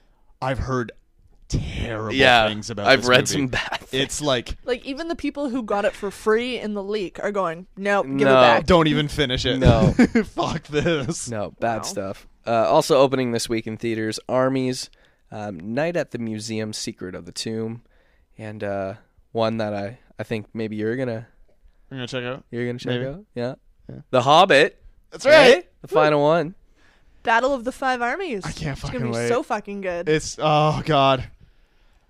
D: I've heard terrible
E: yeah,
D: things about.
E: I've
D: this
E: read
D: movie.
E: some bad. Things.
D: It's like
C: like, even the people who got it for free in the leak are going, nope, give
E: No.
C: it back.
D: don't e- even finish it.
E: No.
D: fuck this.
E: No, bad stuff. Uh, also opening this week in theaters, Armies, um, Night at the Museum, Secret of the Tomb, and uh, one that I I think maybe you're gonna
D: We're gonna check it out.
E: you're gonna check
D: Maybe.
E: out. Yeah. The Hobbit,
D: That's right.
E: the final one.
C: Battle of the Five Armies. I
D: can't
C: It's
D: fucking
C: gonna be
D: wait.
C: so fucking good.
D: It's oh god.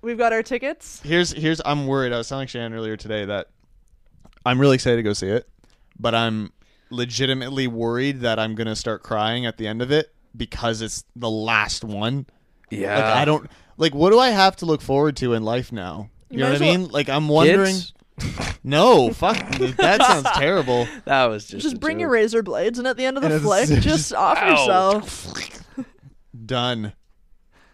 C: We've got our tickets.
D: Here's here's I'm worried. I was telling Shannon earlier today that I'm really excited to go see it, but I'm legitimately worried that I'm gonna start crying at the end of it because it's the last one.
E: Yeah,
D: Like I don't like what do I have to look forward to in life now? You, know
C: might
D: what
C: as
D: I
C: well-
D: mean? Like I'm wondering.
E: Kids?
D: No, fuck. that sounds terrible.
E: That was just
C: Just
E: a
C: bring
E: joke.
C: your razor blades, and at the end of the
D: And it's-
C: flick, just off yourself.
D: Done.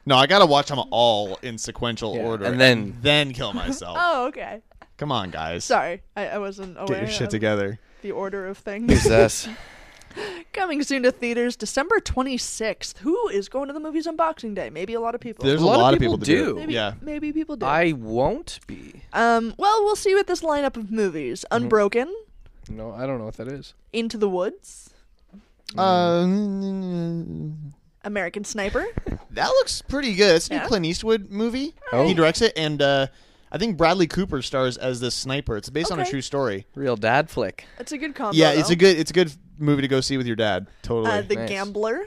D: No, I gotta watch them all in sequential
E: Yeah,
D: order,
E: and then-
D: then kill myself
C: Oh, okay.
D: Come on, guys.
C: Sorry, I, I wasn't aware.
D: Get your shit
C: of
D: together.
C: The order of things.
E: Who's this?
C: Coming soon to theaters, December 26th. Who is going to the movies on Boxing Day? Maybe a lot of people.
D: There's a lot, of people, to do.
E: do.
D: Yeah.
C: Maybe people do.
E: I won't be.
C: um, well, we'll see with this lineup of movies:
D: Mm-hmm.
C: Unbroken,
E: No, I don't know what that is.
C: Into the Woods,
D: Uh,
E: Mm.
D: Um,
C: American Sniper.
D: that looks pretty good. It's a new
C: Yeah.
D: Clint Eastwood movie.
E: Oh.
D: He directs it, and uh, I think Bradley Cooper stars as this sniper. It's based on a
C: Okay.
D: true story.
E: Real dad flick.
C: That's a good combo.
D: yeah, it's
C: though.
D: a good it's a good movie to go see with your dad.
C: Uh,
D: Totally.
C: the
E: Nice.
C: Gambler,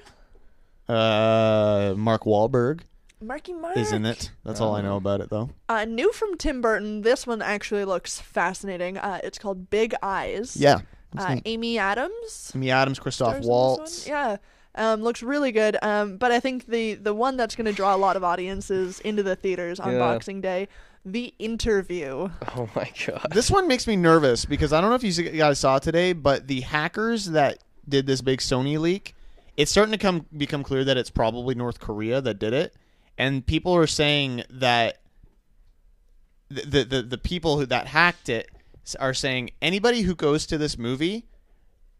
D: Uh, Mark Wahlberg
C: Marky Mark,
D: is in it. That's all I
E: Oh.
D: know about it, though.
C: Uh, new from Tim Burton. This one actually looks fascinating. Uh, it's called Big Eyes.
D: Yeah.
C: Uh, Amy Adams.
D: Amy Adams, Christoph
C: stars in this one.
D: Waltz.
C: Yeah. Um, looks really good. Um, but I think the the one that's going to draw a lot of audiences into the theaters on
E: Yeah.
C: Boxing Day, The Interview.
E: Oh my god.
D: This one makes me nervous because I don't know if you guys saw today, but the hackers that did this big Sony leak, it's starting to come become clear that it's probably North Korea that did it, and people are saying that the the the, the people who that hacked it s- are saying anybody who goes to this movie,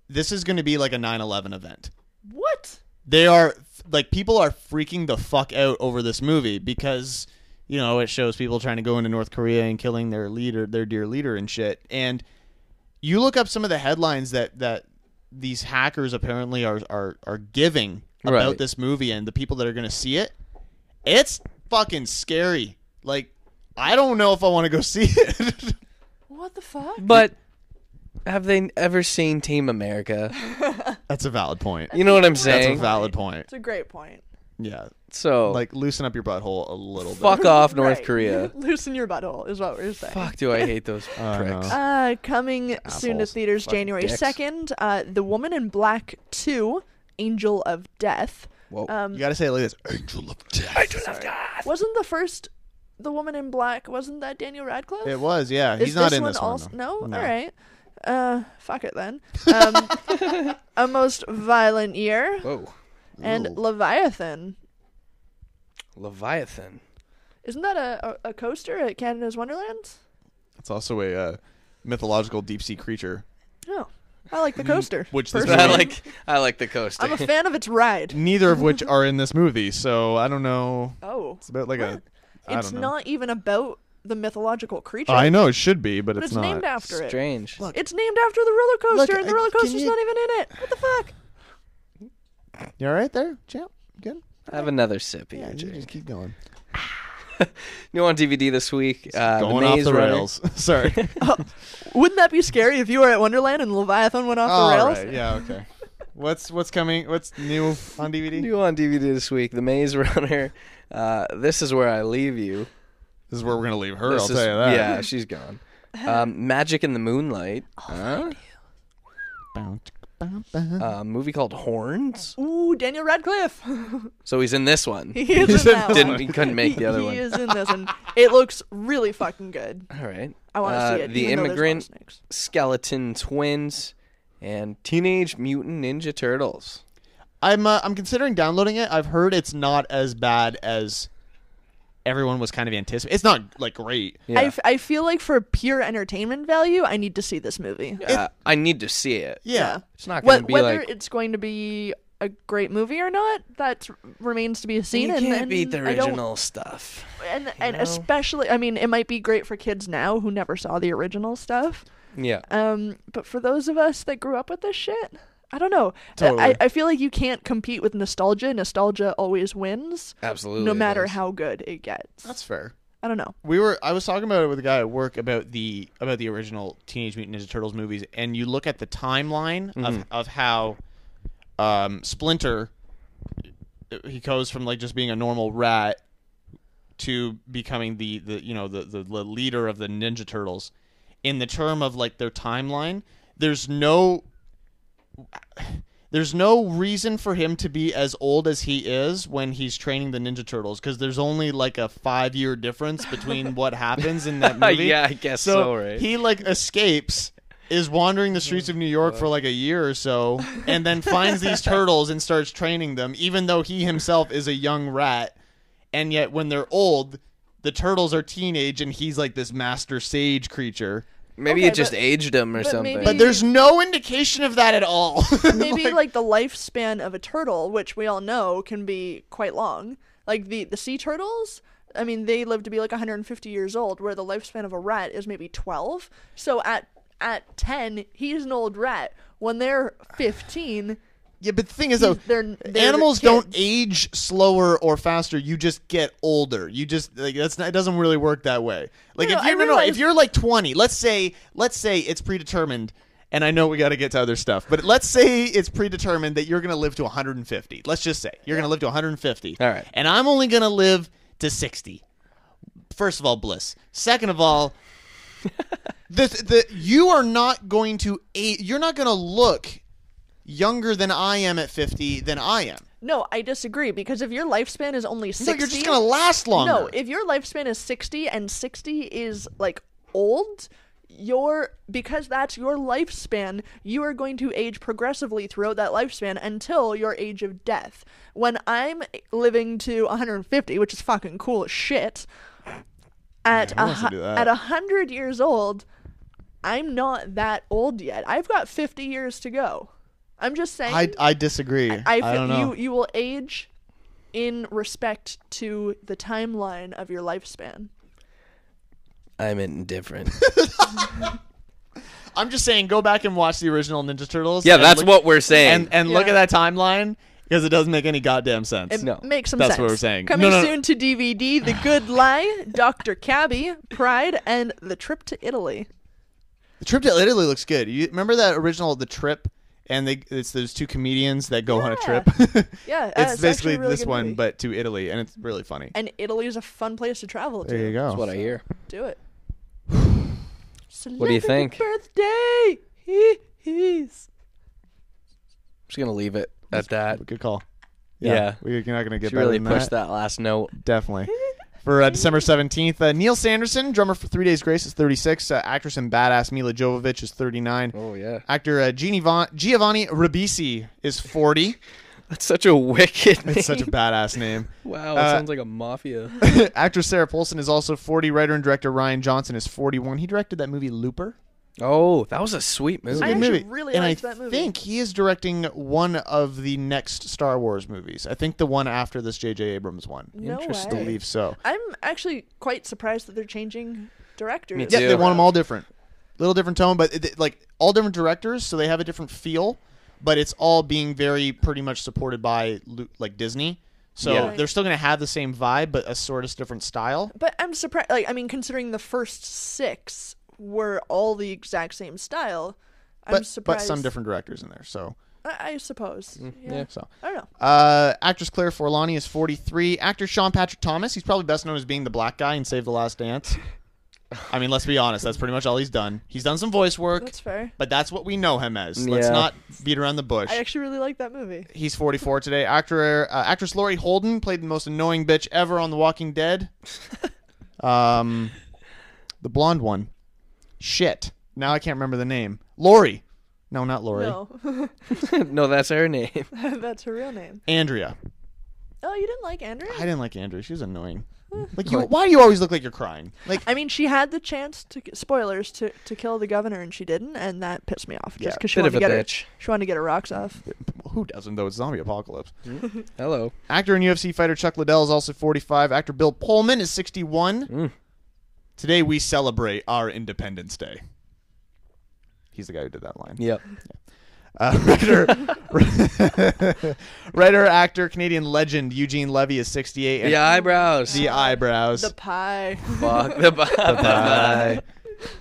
D: this is going to be like a 9/11 event.
C: What?
D: They are like people are freaking the fuck out over this movie because you know it shows people trying to go into North Korea and killing their leader, their dear leader and shit. And you look up some of the headlines that that these hackers apparently are are are giving about
E: Right.
D: this movie and the people that are going to see it. It's fucking scary. Like I don't know if I want to go see it.
C: What the fuck?
E: But have they ever seen Team America?
D: That's a valid point.
E: You know what I'm
D: That's a
E: saying?
D: valid point.
C: It's a great point.
D: Yeah.
E: So
D: Like
E: like,
D: loosen up your butthole a little bit.
E: fuck off North
C: Right.
E: Korea.
C: Loosen your butthole is what we're saying.
E: fuck do I hate those
D: I
E: pricks.
D: know.
C: Uh, coming soon to
E: Assholes.
C: theaters
E: Fucking
C: January
E: dicks.
C: 2nd, uh, The Woman in Black 2, Angel of Death.
E: Whoa.
D: You gotta say Um, it like this. Angel of death.
C: Wasn't the first The Woman in Black, wasn't that Daniel Radcliffe?
D: It was, yeah.
C: Is
D: He's not
C: this
D: in
C: one
D: this
C: also-
D: one.
C: No?
D: though.
C: All right. Uh, fuck it then. Um, a most violent year
E: Whoa.
C: and Leviathan.
E: Leviathan.
C: Isn't that a, a, a coaster at Canada's Wonderland?
D: It's also a uh, mythological deep sea creature.
C: No, I like
D: Mm.
C: the coaster.
D: Which this
C: personally.
E: I like I like the coaster.
C: I'm a fan of its ride.
D: Neither of which are in this movie, so I don't know.
C: Oh,
D: It's about like a. I
C: it's
D: don't know.
C: not even about the mythological creature.
D: I know it should be, but,
C: but it's,
D: not.
C: named after it.
E: Strange.
C: It's named after the roller coaster,
D: Look,
C: and the
D: I-
C: roller
D: can
C: coaster's
D: you-
C: not even in it. What the fuck?
D: You all right there, champ? Good.
E: Have another sip of
D: Yeah,
E: your
D: you
E: drink.
D: just keep going.
E: New on DVD this week. Uh, The
D: going off
E: Maze
D: the
E: Runner.
D: rails. Sorry.
C: Wouldn't that be scary if you were at Wonderland and Leviathan went off
D: All
C: the rails?
D: right. Yeah. Okay. What's what's coming? What's new on DVD?
E: New on DVD this week. The Maze Runner. Uh, this is where I leave you.
D: This is where we're gonna leave her.
E: This
D: I'll
E: is-
D: tell you that.
E: Yeah, she's gone. Um, Magic in the Moonlight.
D: Oh,
E: Huh? Uh, A movie called Horns.
C: Ooh, Daniel Radcliffe.
E: So he's in this one.
C: he is in that
E: Didn't
C: one.
E: he couldn't make the other
C: he
E: one.
C: is in this, and it looks really fucking good.
E: All right.
C: I want to
E: Uh,
C: see it.
E: The
C: even though there's
E: Immigrant,
C: rattlesnakes.
E: Skeleton Twins, and Teenage Mutant Ninja Turtles.
D: I'm uh, I'm considering downloading it. I've heard it's not as bad as everyone was kind of anticipating. It's not like great.
E: Yeah.
C: I, f- I feel like for pure entertainment value, I need to see this movie.
E: Uh, I need to see it.
D: Yeah.
E: It's not going
C: What,
E: to be
C: whether
E: like.
C: it's going to be a great movie or not, that r- remains to be seen.
E: you
C: and,
E: can't
C: and
E: beat the
C: I don't-
E: original stuff.
C: and and
E: know?
C: especially, I mean, it might be great for kids now who never saw the original stuff.
E: Yeah.
C: Um, but for those of us that grew up with this shit, I don't know. I-
D: Totally.
C: I, I feel like you can't compete with nostalgia. Nostalgia always wins,
E: Absolutely.
C: no matter
E: it is.
C: how good it gets.
D: That's fair.
C: I don't know.
D: We were I was talking about it with a guy at work about the about the original Teenage Mutant Ninja Turtles movies and you look at the timeline of of how um, Splinter he goes from like just being a normal rat to becoming the, the you know the, the the leader of the Ninja Turtles in the term of like their timeline there's no there's no reason for him to be as old as he is when he's training the Ninja Turtles because there's only like a five year difference between what happens in that movie.
E: Yeah, I guess so, right?
D: He like escapes, is wandering the streets of New York for like a year or so, and then finds these turtles and starts training them, even though he himself is a young rat. And yet, when they're old, the turtles are teenage and he's like this master sage creature.
E: Maybe
C: Okay,
E: it just
C: but-
E: aged him or
C: but
E: something.
C: maybe-
D: But there's no indication of that at all.
C: maybe like, the lifespan of a turtle, which we all know can be quite long. Like the the sea turtles, I mean, they live to be like 150 years old, where the lifespan of a rat is maybe 12. So at at 10, he's an old rat. When they're 15,
D: yeah, but the thing is though,
C: they're, they're
D: animals
C: kids.
D: don't age slower or faster. You just get older. You just like that's not, it doesn't really work that way. Like
C: No,
D: if
C: no,
D: you're
C: I
D: no, no, if
C: realize-
D: you're like 20, let's say let's say it's predetermined. And I know we got to get to other stuff, but let's say it's predetermined that you're going to live to 150. Let's just say you're going to live to 150.
E: All right.
D: And I'm only going to live to 60. First of all, bliss. Second of all, the the you are not going to a- you're not going to look younger than I am at 50 than I am.
C: No, I disagree because if your lifespan is only 60,
D: No, you're just gonna last longer.
C: No, if your lifespan is 60 and 60 is like old, your because that's your lifespan, you are going to age progressively throughout that lifespan until your age of death. When I'm living to 150, which is fucking cool as shit, at a,
D: wants to do
C: hu-
D: that?
C: at 100 years old, I'm not that old yet. I've got 50 years to go. I'm just saying
D: I, I disagree. I,
C: I, feel
D: don't know.
C: you you will age in respect to the timeline of your lifespan.
E: I'm indifferent.
D: I'm just saying, go back and watch the original Ninja Turtles.
E: yeah,
D: and
E: that's
D: look-
E: what we're saying.
D: And and look
C: Yeah.
D: at that timeline because it doesn't make any goddamn sense.
C: It
E: No.
C: makes some
D: That's
C: sense.
D: what we're saying.
C: Coming
D: No, no, no.
C: soon to DVD: The Good Lie, Doctor Cabby, Pride, and The Trip to Italy.
D: The trip to Italy looks good. You remember that original The Trip, and they it's those two comedians that go on a trip.
C: Yeah, uh,
D: it's,
C: it's actually
D: basically
C: a really
D: this
C: good
D: one,
C: movie.
D: but to Italy, and it's really funny.
C: And Italy is a fun place to travel to.
D: go.
E: That's what I hear.
C: Do it.
E: What do
C: Celebrity
E: you think?
C: Birthday. Hee hees.
E: I'm just gonna leave it at that.
D: Good call.
E: Yeah.
D: we, you're not gonna get
E: She
D: better
E: really
D: than
E: pushed that last note.
D: definitely. For uh, December 17th, uh, Neil Sanderson, drummer for Three Days Grace, is 36. Uh, actress and badass Mila Jovovich is 39.
E: Oh yeah,
D: Actor uh, Gini Von- Giovanni Ribisi is 40.
E: that's such a wicked. Name.
D: It's such a badass name.
E: wow.
D: uh,
E: it sounds like a mafia.
D: Actress Sarah Paulson is also 40. Writer and director Ryan Johnson is 41. He directed that movie Looper.
E: oh, that was a sweet movie.
C: I
D: Good
C: actually
D: movie.
C: really
D: and
C: liked
D: I
C: that movie.
D: think he is directing one of the next Star Wars movies. I think the one after this J.J. Abrams one.
C: No
E: Interesting.
D: I
C: way.
D: believe so.
C: I'm actually quite surprised that they're changing directors.
E: Me too.
D: Yeah,
E: do.
D: they want them all different, little different tone, but it, like all different directors, so they have a different feel. But it's all being very pretty much supported by Lu- like Disney, so
E: Yeah.
D: they're still going to have the same vibe, but a sort of different style.
C: But I'm surprised. Like, I mean, considering the first six were all the exact same style, I'm
D: But
C: surprised.
D: but some different directors in there. So
C: I, I suppose.
E: Mm,
C: yeah.
D: so.
C: I don't know.
D: Uh, actress Claire Forlani is 43. Actor Sean Patrick Thomas, he's probably best known as being the black guy in Save the Last Dance. I mean, let's be honest, that's pretty much all he's done. He's done some voice work,
C: That's fair.
D: but that's what we know him as. Let's
E: Yeah.
D: not beat around the bush.
C: I actually really like that movie.
D: He's 44 today. Actor, uh, actress Laurie Holden played the most annoying bitch ever on The Walking Dead. um, the blonde one. Shit. Now I can't remember the name. Laurie. No, not Laurie.
C: No,
E: no, that's her name.
C: that's her real name.
D: Andrea.
C: Oh, you didn't like Andrea?
D: I didn't like Andrea. She was annoying. Like you, why do you always look like you're crying? Like
C: I mean, she had the chance to spoilers to, to kill the governor, and she didn't, and that pissed me off. Just
D: Yeah,
C: because she
E: bit
C: wanted
E: of
C: to
E: a
C: get
E: bitch.
C: her she wanted to get her rocks off.
D: who doesn't though? It's zombie apocalypse.
E: Hmm? Hello.
D: Actor and UFC fighter Chuck Liddell is also 45. Actor Bill Pullman is 61.
E: Mm.
D: Today we celebrate our Independence Day. He's the guy who did that line.
E: Yep.
D: Uh, writer, writer, actor, Canadian legend Eugene Levy is 68. And
E: The eyebrows.
D: the eyebrows.
C: The pie.
E: Fuck the bi- the bi-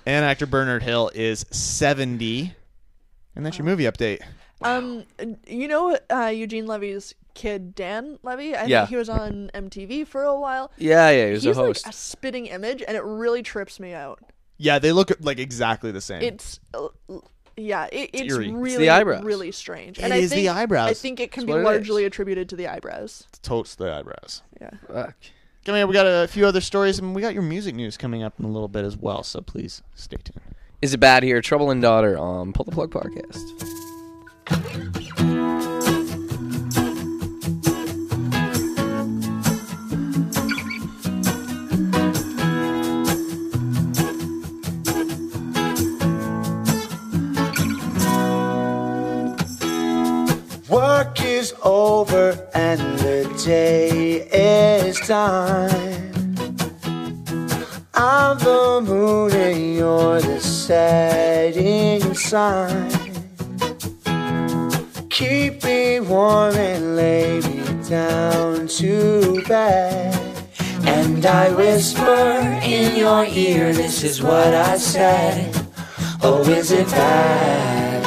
D: and actor Bernard Hill is 70. And that's your movie update.
C: Um, you know uh, Eugene Levy's kid Dan Levy. I
E: Yeah.
C: think he was on MTV for a while.
E: Yeah, yeah, he was
C: He's
E: a host.
C: like a spitting image, and it really trips me out.
D: Yeah, they look like exactly the same.
C: It's uh, l- yeah, it, it's,
D: eerie. It's the
C: really
E: eyebrows.
C: really strange.
D: It
C: and
D: is
C: I
D: the
C: think, I
D: eyebrows.
C: think it can be
E: That's what it
C: largely attributed to the eyebrows.
D: totes the eyebrows.
E: Fuck.
D: Come here, we got a few other stories, and we got your music news coming up in a little bit as well, so please stay tuned.
E: Is it bad here? Trouble and Daughter on Pull the Plug Podcast.
L: Work is over and the day is done. I'm the moon and you're the setting sun. Keep me warm and lay me down to bed. And I whisper in your ear, this is what I said. Oh, is it bad?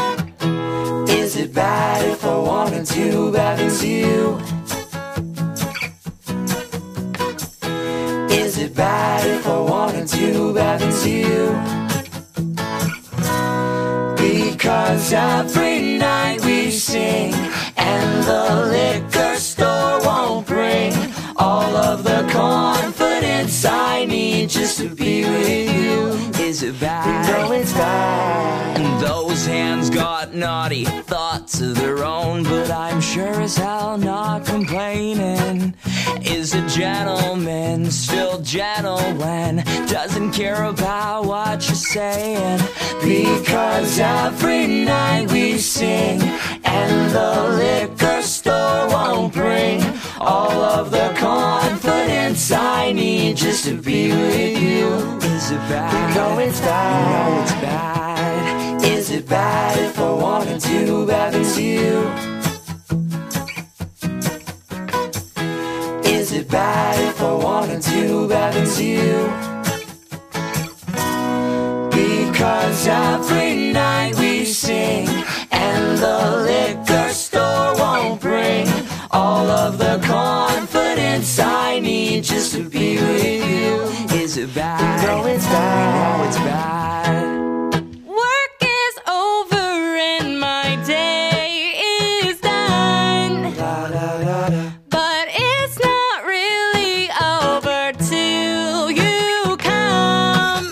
L: Is it bad if I wanted to back into you? Is it bad if I wanted to back into you? Because every night we sing, and the liquor store won't bring all of the confidence I need just to be with you. Is it bad? We know it's bad.
M: And those hands got naughty thoughts of their own, but I'm sure as hell not complaining. Is a gentleman, still gentleman, doesn't care about what you're saying.
L: Because every night we sing, and the liquor store won't bring all of the confidence I need just to be with you. Is it bad? You know it's bad. You know it's bad. Is it bad if I wanted to back into you? Is it bad if I wanted to back into you? Because every night we sing, and the liquor store won't bring all of the confidence I need just to be with you. Is it bad? You know it's bad. it's bad.
F: Work is over and my day is done. But it's not really over till you come.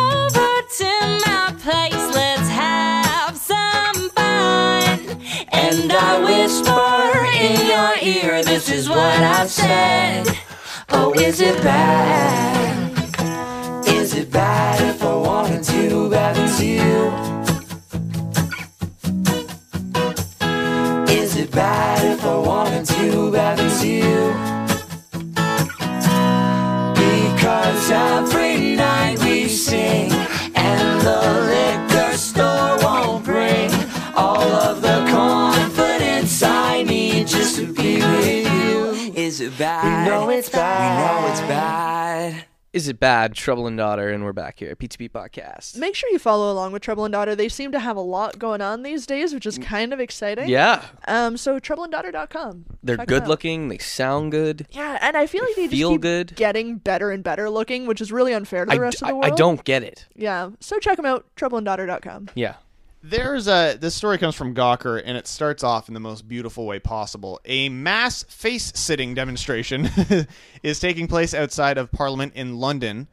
F: Over to my place, let's have some fun.
L: And I whisper in your ear, this is what I said. Oh, is it bad? Is it bad if I wanted to back into you? Is it bad if I wanted to back into you? Because every night we sing, and the liquor store won't bring all of the confidence I need just to be with you.
M: Is it bad?
L: We know it's bad.
M: We know it's bad.
E: Is it bad? Trouble and daughter, and we're back here. PTP podcast.
C: Make sure you follow along with Trouble and Daughter. They seem to have a lot going on these days, which is kind of exciting.
E: Mm. Yeah,
C: Um. So troubleanddaughter.com.
E: they're
C: Check 'em
E: good
C: out.
E: looking. They sound good.
C: Yeah, and I feel like they,
E: feel
C: just keep
E: good.
C: getting better and better looking, which is really unfair to the
E: I,
C: rest
E: d-
C: of the
E: I-
C: world.
E: I don't get it.
C: Yeah. So check them out. Troubleanddaughter.com.
E: Yeah.
D: There's a this story comes from Gawker and it starts off in the most beautiful way possible. A mass face sitting demonstration is taking place outside of Parliament in London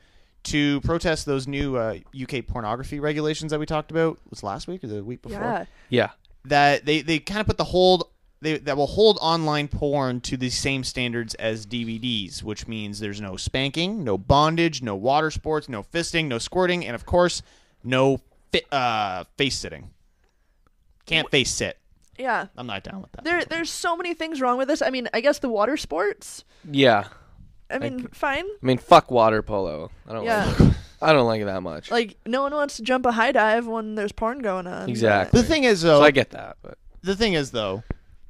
D: to protest those new uh, UK pornography regulations that we talked about was it last week or the week before.
C: Yeah.
E: Yeah.
D: That they, they kind of put the hold they, that will hold online porn to the same standards as DVDs, which means there's no spanking, no bondage, no water sports, no fisting, no squirting, and of course, no fi- uh, face sitting. Can't face sit.
C: Yeah.
D: I'm not down with that.
C: There, there's so many things wrong with this. I mean, I guess the water sports.
E: Yeah.
C: I mean, fine.
E: I mean, fuck water polo. I don't.
C: Yeah.
E: Like it. I don't like it that much.
C: Like no one wants to jump a high dive when there's porn going on.
E: Exactly.
D: The thing is, though,
E: So I get that, but
D: The thing is, though,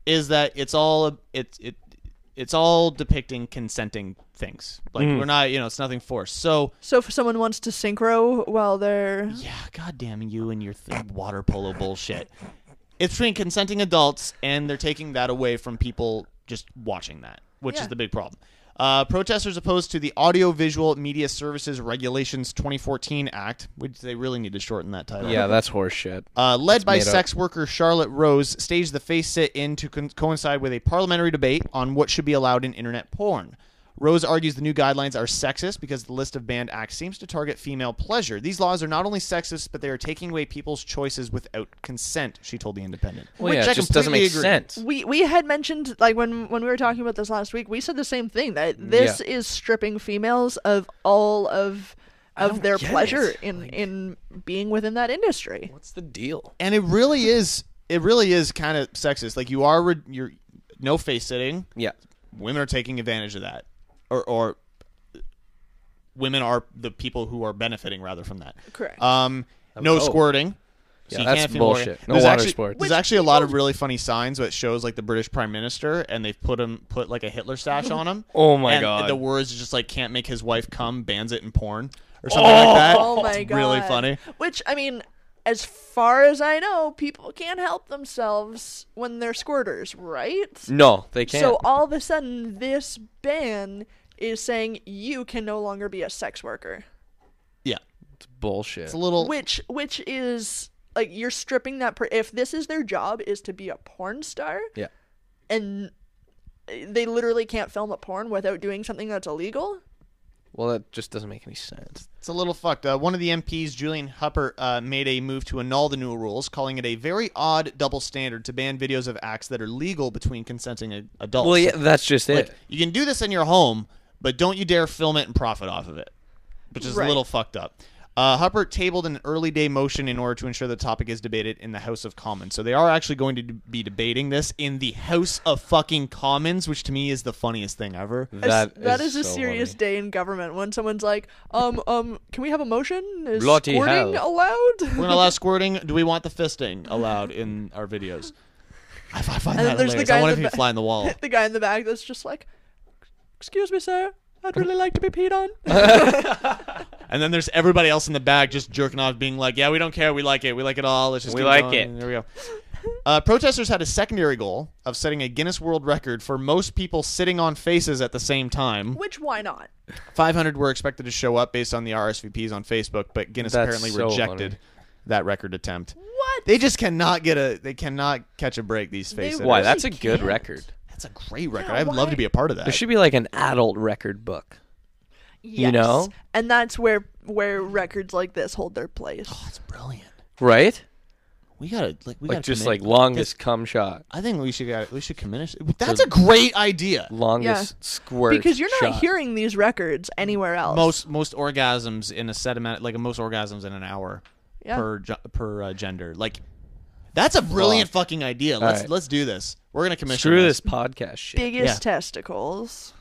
D: is that it's all it's it it's all depicting consenting things. Like
E: Mhm.
D: we're not, you know, it's nothing forced. So
C: So if someone wants to synchro while they're
D: yeah, goddamn you and your th- water polo bullshit. It's between consenting adults, and they're taking that away from people just watching that, which
C: Yeah.
D: is the big problem. Uh, protesters opposed to the Audiovisual Media Services Regulations 2014 Act, which they really need to shorten that title.
E: yeah, that's horseshit.
D: Uh, led
E: That's
D: by
E: made up.
D: sex worker Charlotte Rose, staged the face sit in to con- coincide with a parliamentary debate on what should be allowed in internet porn. Rose argues the new guidelines are sexist because the list of banned acts seems to target female pleasure. These laws are not only sexist, but they are taking away people's choices without consent, she told The Independent.
E: Well,
D: Which
E: yeah,
D: I
E: it just doesn't
D: completely
E: make
D: agree.
E: sense.
C: we we had mentioned like when when we were talking about this last week, we said the same thing that this is stripping females of all of of their pleasure in in being within that industry.
E: What's the deal?
D: And it really is it really is kind of sexist. Like you are re- you're no face sitting.
E: Yeah,
D: women are taking advantage of that, or or women are the people who are benefiting rather from that.
C: Correct.
D: Um,
E: That
D: no
E: was- oh.
D: squirting.
E: Yeah,
D: you
E: that's
D: can't feel worried.
E: bullshit. No
D: there's
E: water
D: actually,
E: sports.
D: There's
E: Which
D: actually a lot of really funny signs that shows like the British Prime Minister, and they've put him put like a Hitler stash on him.
E: Oh my
D: and
E: God.
D: The words is just like can't make his wife come, bans it in porn or something like that.
C: Oh my
D: It's
C: god.
D: really funny.
C: Which I mean, as far as I know, people can't help themselves when they're squirters, right?
E: No, they can't.
C: So all of a sudden this ban is saying you can no longer be a sex worker.
D: Yeah,
E: it's bullshit.
C: which which is like you're stripping that per- if this is their job is to be a porn star
E: Yeah.
C: and they literally can't film a porn without doing something that's illegal.
E: Well, that just doesn't make any sense.
D: It's a little fucked. Uh, one of the MPs, Julian Hupper, uh, made a move to annul the new rules, calling it a very odd double standard to ban videos of acts that are legal between consenting a- adults.
E: Well, yeah, that's just
D: Like,
E: it.
D: You can do this in your home, but don't you dare film it and profit off of it, which is
E: Right.
D: a little fucked up. Uh, Hupper tabled an early day motion in order to ensure the topic is debated in the House of Commons. So they are actually going to d- be debating this in the House of fucking Commons, which to me is the funniest thing ever.
C: That is, a serious day in government when someone's like, um, um, can we have a motion? Is
D: Bloody
C: squirting
D: hell.
C: allowed?
D: We're gonna allow squirting. Do we want the fisting allowed in our videos? I, I find
C: And then
D: that
C: there's the
D: hilarious.
C: guy
D: I
C: in
D: wonder
C: the
D: if he'd
C: ba-
D: fly on the wall.
C: the guy in the back that's just like, excuse me, sir, I'd really like to be peed on.
D: And then there's everybody else in the back just jerking off, being like, "Yeah, we don't care. We like it. We like it all. Let's just
E: We
D: keep
E: like
D: going."
E: it.
D: And There we go. Uh, protesters had a secondary goal of setting a Guinness World Record for most people sitting on faces at the same time.
C: Which, why not?
D: 500 were expected to show up based on the RSVPs on Facebook, but Guinness
E: That's
D: apparently
E: so
D: rejected that record attempt.
C: What?
D: They just cannot get a. They cannot catch a break. These
C: They
D: faces.
E: Why? That's a good record.
D: That's a great record. I would love to be a part of that.
E: There should be like an adult record book. You
C: Yes.
E: know,
C: And that's where where records like this hold their place. Oh,
D: that's brilliant.
E: right?
D: We gotta like we
E: like
D: gotta
E: just
D: commit-
E: like longest cum shot.
D: I think we should we should commit. That's a great idea.
E: Longest squirt.
C: Because you're not
D: shot.
C: hearing these records anywhere else.
D: most most orgasms in a set amount, like most orgasms in an hour
C: Yeah.
D: per ge- per uh, gender. Like that's a brilliant
E: Fuck.
D: fucking idea.
E: All
D: Let's
E: right.
D: let's do this. We're gonna commission
E: Screw
D: this.
E: this podcast shit.
C: biggest testicles.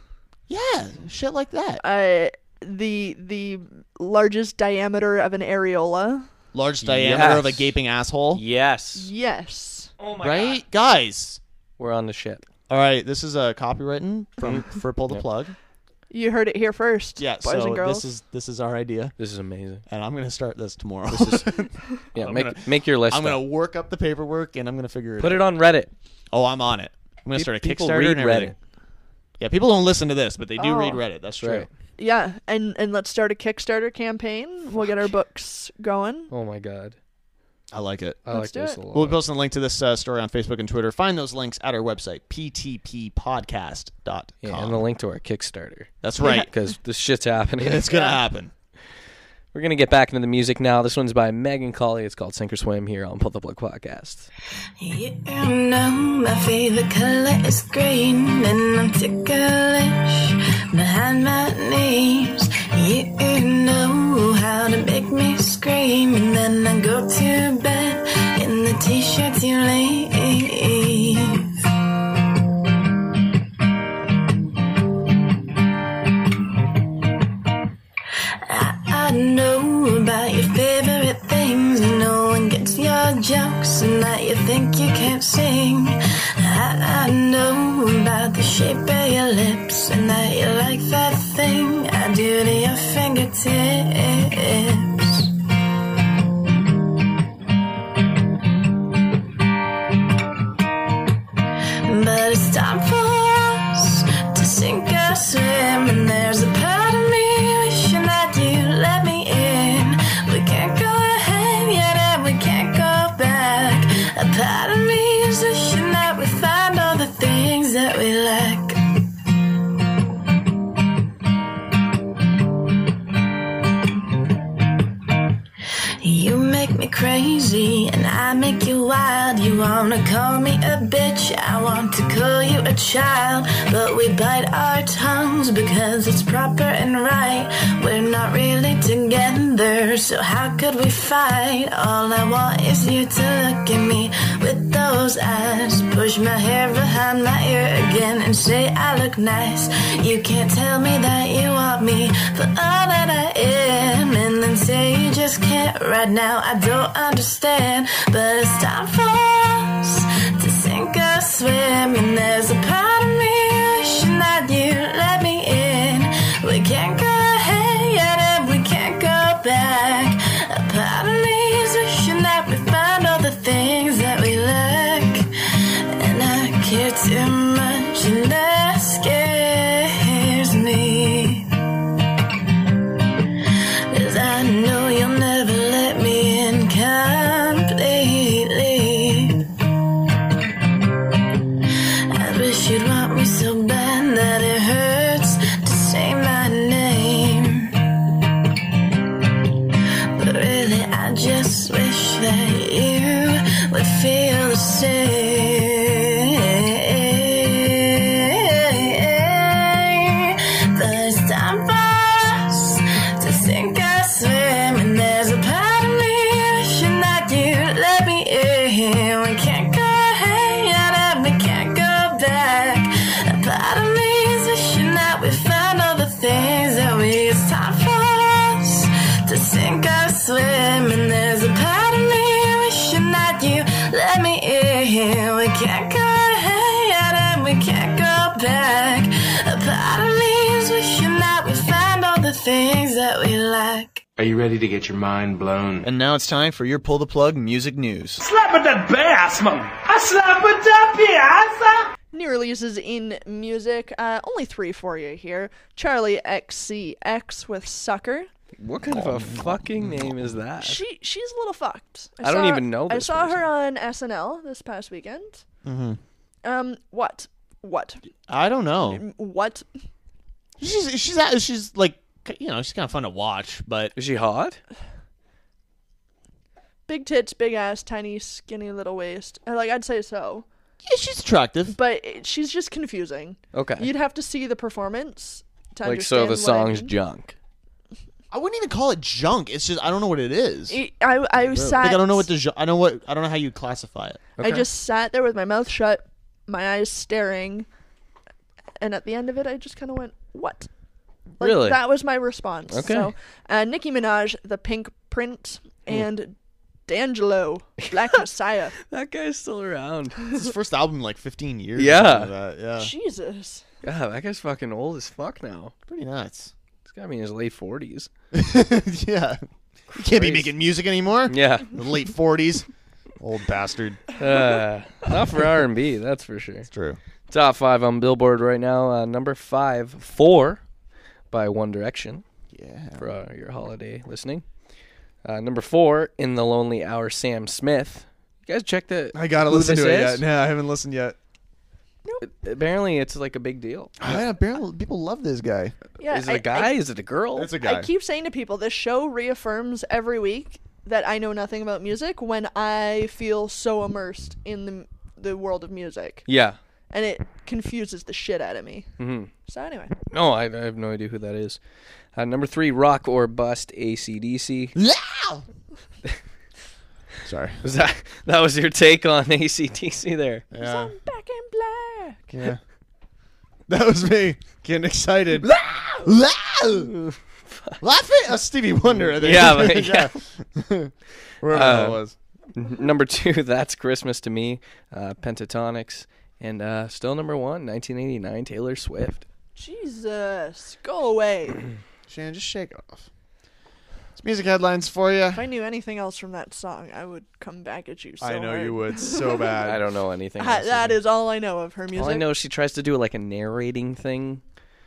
D: Yeah, shit like that.
C: Uh, the the largest diameter of an areola.
D: large diameter of a
E: Yes.
D: gaping asshole.
E: Yes.
C: Yes.
E: Oh
D: right, guys.
E: We're on the shit.
D: All right, this is uh, copywritten from for pull the
E: Mm-hmm. Yep.
D: plug.
C: You heard it here first.
D: Yeah,
C: boys
D: so
C: and girls.
D: this is this is our idea,
E: This is amazing.
D: and I'm gonna start this tomorrow.
E: Yeah,
D: I'm
E: make
D: gonna-
E: make your list.
D: I'm
E: up.
D: gonna work up the paperwork, and I'm gonna figure it.
E: put
D: out.
E: it on Reddit.
D: Oh, I'm on it. I'm gonna
E: Pe-
D: start a
E: people
D: Kickstarter
E: read
D: and everything.
E: Reddit.
D: Yeah, people don't listen to this, but they do
C: Oh.
D: read Reddit. That's true.
E: Right.
C: yeah, and and let's start a Kickstarter campaign. We'll get our books going.
E: Oh my god.
D: I like it.
E: I
C: Let's
E: like
C: do
E: this
C: it.
E: a lot.
D: We'll be posting a link to this uh, story on Facebook and Twitter. Find those links at our website, ptppodcast.com.
E: yeah, and the link to our Kickstarter.
D: That's right.
E: Because this shit's happening.
D: It's going to happen.
E: We're gonna get back into the music now. This one's by Megan Colley. It's called Sink or Swim here on Pull the Plug Podcast.
N: You know my favorite color is green, and I'm ticklish behind my knees. You know how to make me scream, and then I go to bed in the t-shirt you leave. I know about your favorite things, and no one gets your jokes, and that you think you can't sing. I, I know about the shape of your lips, and that you like that thing I do to your fingertips. But it's time for us to sink or swim. And there's a part of me wishing that you let me in. We can't go ahead yet, and we can't go back. A part of me is wishing that we find all the things that we lack. make me crazy, and I make you wild. You wanna call me a bitch, I want to call you a child. But we bite our tongues because it's proper and right. We're not really together, so how could we fight? All I want is you to look at me with those eyes. Push my hair behind my ear again and say I look nice. You can't tell me that you want me for all that I am, and then say you just can't right now. I don't understand, but it's time for us to sink or swim. And there's a part of me wishing that you let me in. We can't go ahead and we can't go back. A part of me is wishing that we find all the things that we lack, and I care too much, and that scares me. Cause I know you'll never let me in completely. I wish you'd want me so bad that it hurts to say my name. But really, I just wish that you would feel the same. But it's time for us to sink or swim. And there's a part of me wishing that you let me in. We can't go ahead and we can't go back. A part of me is wishing that we found all the things that we. It's time for us to sink or swim. And there's a part of me wishing that you let me in. We can't go ahead and we can't go back. A part of me is wishing that we find all the things that we lack.
O: Are you ready to get your mind blown?
D: And now it's time for your pull the plug music news.
O: Slap at that bass, man.
C: I slap it up here, New releases in music, uh, only three for you here. Charlie XCX with Sucker.
E: What kind of a fucking name is that?
C: She she's a little fucked.
E: I don't even know
C: I
E: this
C: saw her on SNL this past weekend.
D: Mm-hmm.
C: Um, what, what,
D: I don't know.
C: what?
D: She's she's at, she's like you know she's kind of fun to watch, but
E: is she hot?
C: Big tits, big ass, tiny, skinny little waist. Uh, Like I'd say so,
D: Yeah, she's attractive.
C: but it, she's just confusing.
E: Okay.
C: You'd have to see the performance to
E: Like so, the
C: understand what I
E: song's
C: mean.
E: junk.
D: I wouldn't even call it junk. It's just I don't know what it is.
C: I I, I sat.
D: Like I don't know what the gen- I know what I don't know how you classify it.
C: I just sat there with my mouth shut, my eyes staring, and at the end of it, I just kind of went, "What?" Like,
E: Really?
C: That was my response.
E: Okay. Hmm.
C: So, uh, Nicki Minaj, The Pink Print, and D'Angelo, Black Messiah.
E: that guy's still around.
D: It's his first album in like 15 years. or
E: Yeah.
D: something like that,
E: Uh.
D: yeah.
C: Jesus.
E: God, that guy's fucking old as fuck now.
D: Pretty nuts.
E: He's got to be in his late forties.
D: yeah. You can't be
E: Christ.
D: making music anymore.
E: Yeah.
D: The late 40s. Old bastard.
E: Uh, not for R and B, that's for sure. It's
D: true.
E: Top five on Billboard right now. Uh, number five, four, by One Direction.
D: Yeah.
E: For uh, your holiday listening. Uh, number four, in the lonely hour, Sam Smith. You guys check that.
D: I gotta
E: who
D: listen
E: this
D: to it
E: is?
D: yet. No, I haven't listened yet.
E: Apparently, it's like a big deal.
D: apparently people love this guy.
C: Yeah,
E: is it
C: I-
E: a guy?
C: I-
E: is it a girl?
D: It's a
C: I keep saying to people, this show reaffirms every week that I know nothing about music when I feel so immersed in the the world of music,
E: Yeah.
C: and it confuses the shit out of me.
E: hmm
C: So anyway,
E: No, I, I have no idea who that is. Uh, number three, rock or bust, ACDC.
D: Sorry.
E: Was that that was your take on ACDC there?
D: Yeah.
C: back in black.
D: Yeah. That was me getting excited. Laughing at Stevie Wonder. I think.
E: Yeah, but- yeah.
D: Wherever
E: Uh,
D: that was.
E: n- Number two, that's Christmas to me, uh, Pentatonics, and uh, still number one, 1989, Taylor Swift.
C: Jesus, go away.
D: Shannon, just shake it off. It's music headlines for you.
C: If I knew anything else from that song, I would come back at you. So
D: I know you
C: hard.
D: would so bad.
E: I don't know anything.
C: Ha-
E: else.
C: that is all I know of her music.
E: All I know is she tries to do like a narrating thing,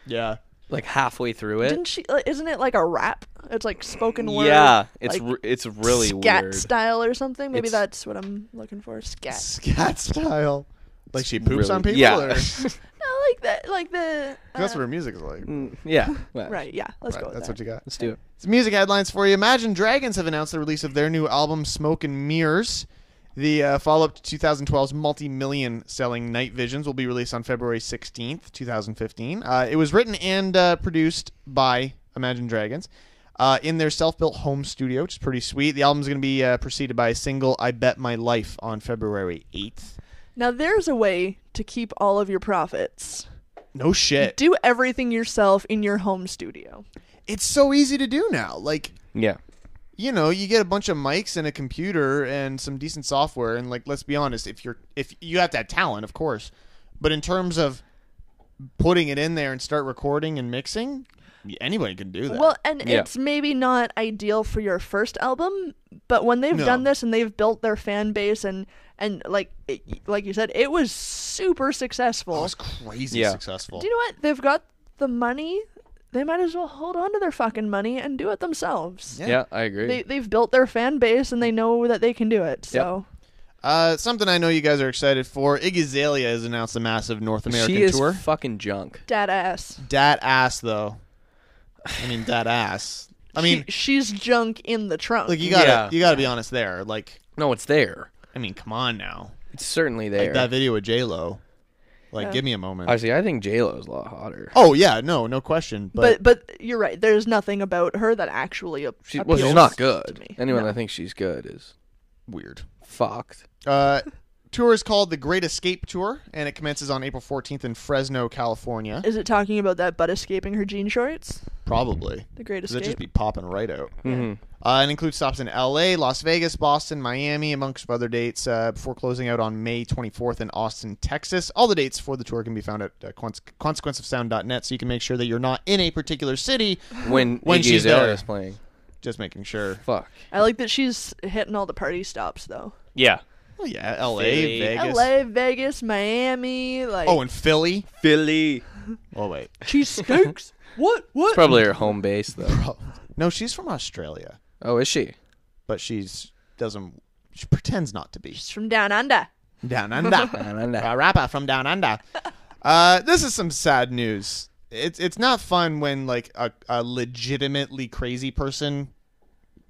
D: Yeah.
E: like halfway through it.
C: Didn't she? like, Isn't it like a rap? It's like spoken word.
E: Yeah, it's
C: like
E: re- it's really
C: scat
E: weird.
C: style or something. Maybe
E: It's-
C: that's what I'm looking for. Scat.
D: Cat style. Like she poops
E: Really-
D: on people?
E: yeah.
D: Or?
C: I like that. but like the uh,
D: That's what her music is like.
E: Mm, yeah.
C: right, yeah. Let's go. With
D: That's
C: that.
D: what you got.
E: Let's do it.
D: Some music headlines for you. Imagine Dragons have announced the release of their new album, Smoke and Mirrors. The uh, follow up to 2012's multi million selling Night Visions will be released on February 16th, 2015. Uh, it was written and uh, produced by Imagine Dragons uh, in their self built home studio, which is pretty sweet. The album's going to be uh, preceded by a single, I Bet My Life, on February 8th.
C: Now there's a way to keep all of your profits.
D: No shit.
C: Do everything yourself in your home studio.
D: It's so easy to do now. Like,
E: Yeah.
D: you know, you get a bunch of mics and a computer and some decent software, and like, let's be honest, if you're if you have that talent, of course, but in terms of putting it in there and start recording and mixing, y- anybody can do that.
C: Well, and it's maybe not ideal for your first album, but when they've
D: No.
C: done this and they've built their fan base and and like it, like you said, it was super successful.
D: Oh, crazy
E: Yeah.
D: successful.
C: Do you know what? They've got the money. They might as well hold on to their fucking money and do it themselves.
E: Yeah, Yeah, I agree.
C: They, they've built their fan base and they know that they can do it. So
D: uh, something I know you guys are excited for. Iggy Azalea has announced a massive North American
E: she is
D: tour.
E: fucking junk.
C: dad ass.
D: Dat ass though. I mean, dat ass. I mean,
C: She- she's junk in the trunk.
D: like you gotta
E: Yeah.
D: you gotta be honest there. Like,
E: No, it's there.
D: I mean, come on now.
E: It's certainly
D: Like,
E: there.
D: that video with J Lo. Like,
C: Yeah.
D: give me a moment.
E: Actually, I think J Lo's a lot hotter.
D: Oh yeah, no, no question. But,
C: but but you're right. There's nothing about her that actually. Ap-
E: She, well, she's
C: appeals
E: not
C: to
E: good.
C: me.
E: Anyone
C: No.
E: that thinks she's good is
D: weird.
E: fucked.
D: Uh, tour is called the Great Escape Tour, and it commences on April 14th in Fresno, California.
C: Is it talking about that butt escaping her jean shorts?
D: Probably.
C: The Great
D: 'Cause it'd just
C: Escape.
D: be popping right out.
E: Mhm.
D: Uh, it includes stops in L.A., Las Vegas, Boston, Miami, amongst other dates. Uh, before closing out on May 24th in Austin, Texas. All the dates for the tour can be found at uh, conse- consequenceofsound.net, so you can make sure that you're not in a particular city
E: When,
D: when
E: Iggy
D: she's
E: Azalea
D: there.
E: is playing.
D: Just making sure.
E: Fuck.
C: I like that she's hitting all the party stops though.
E: Yeah.
D: Oh yeah, L.A.,
E: Philly.
D: Vegas.
C: L.A., Vegas, Miami, like
D: Oh, and Philly.
E: Philly.
D: Oh wait,
C: cheesesteaks. what? What?
E: It's probably her home base, though.
D: no, she's from Australia,
E: oh, is she?
D: but she's doesn't. She pretends not to be.
C: She's from down under.
D: Down under. a rapper from down under. Uh, this is some sad news. It's it's not fun when like a, a legitimately crazy person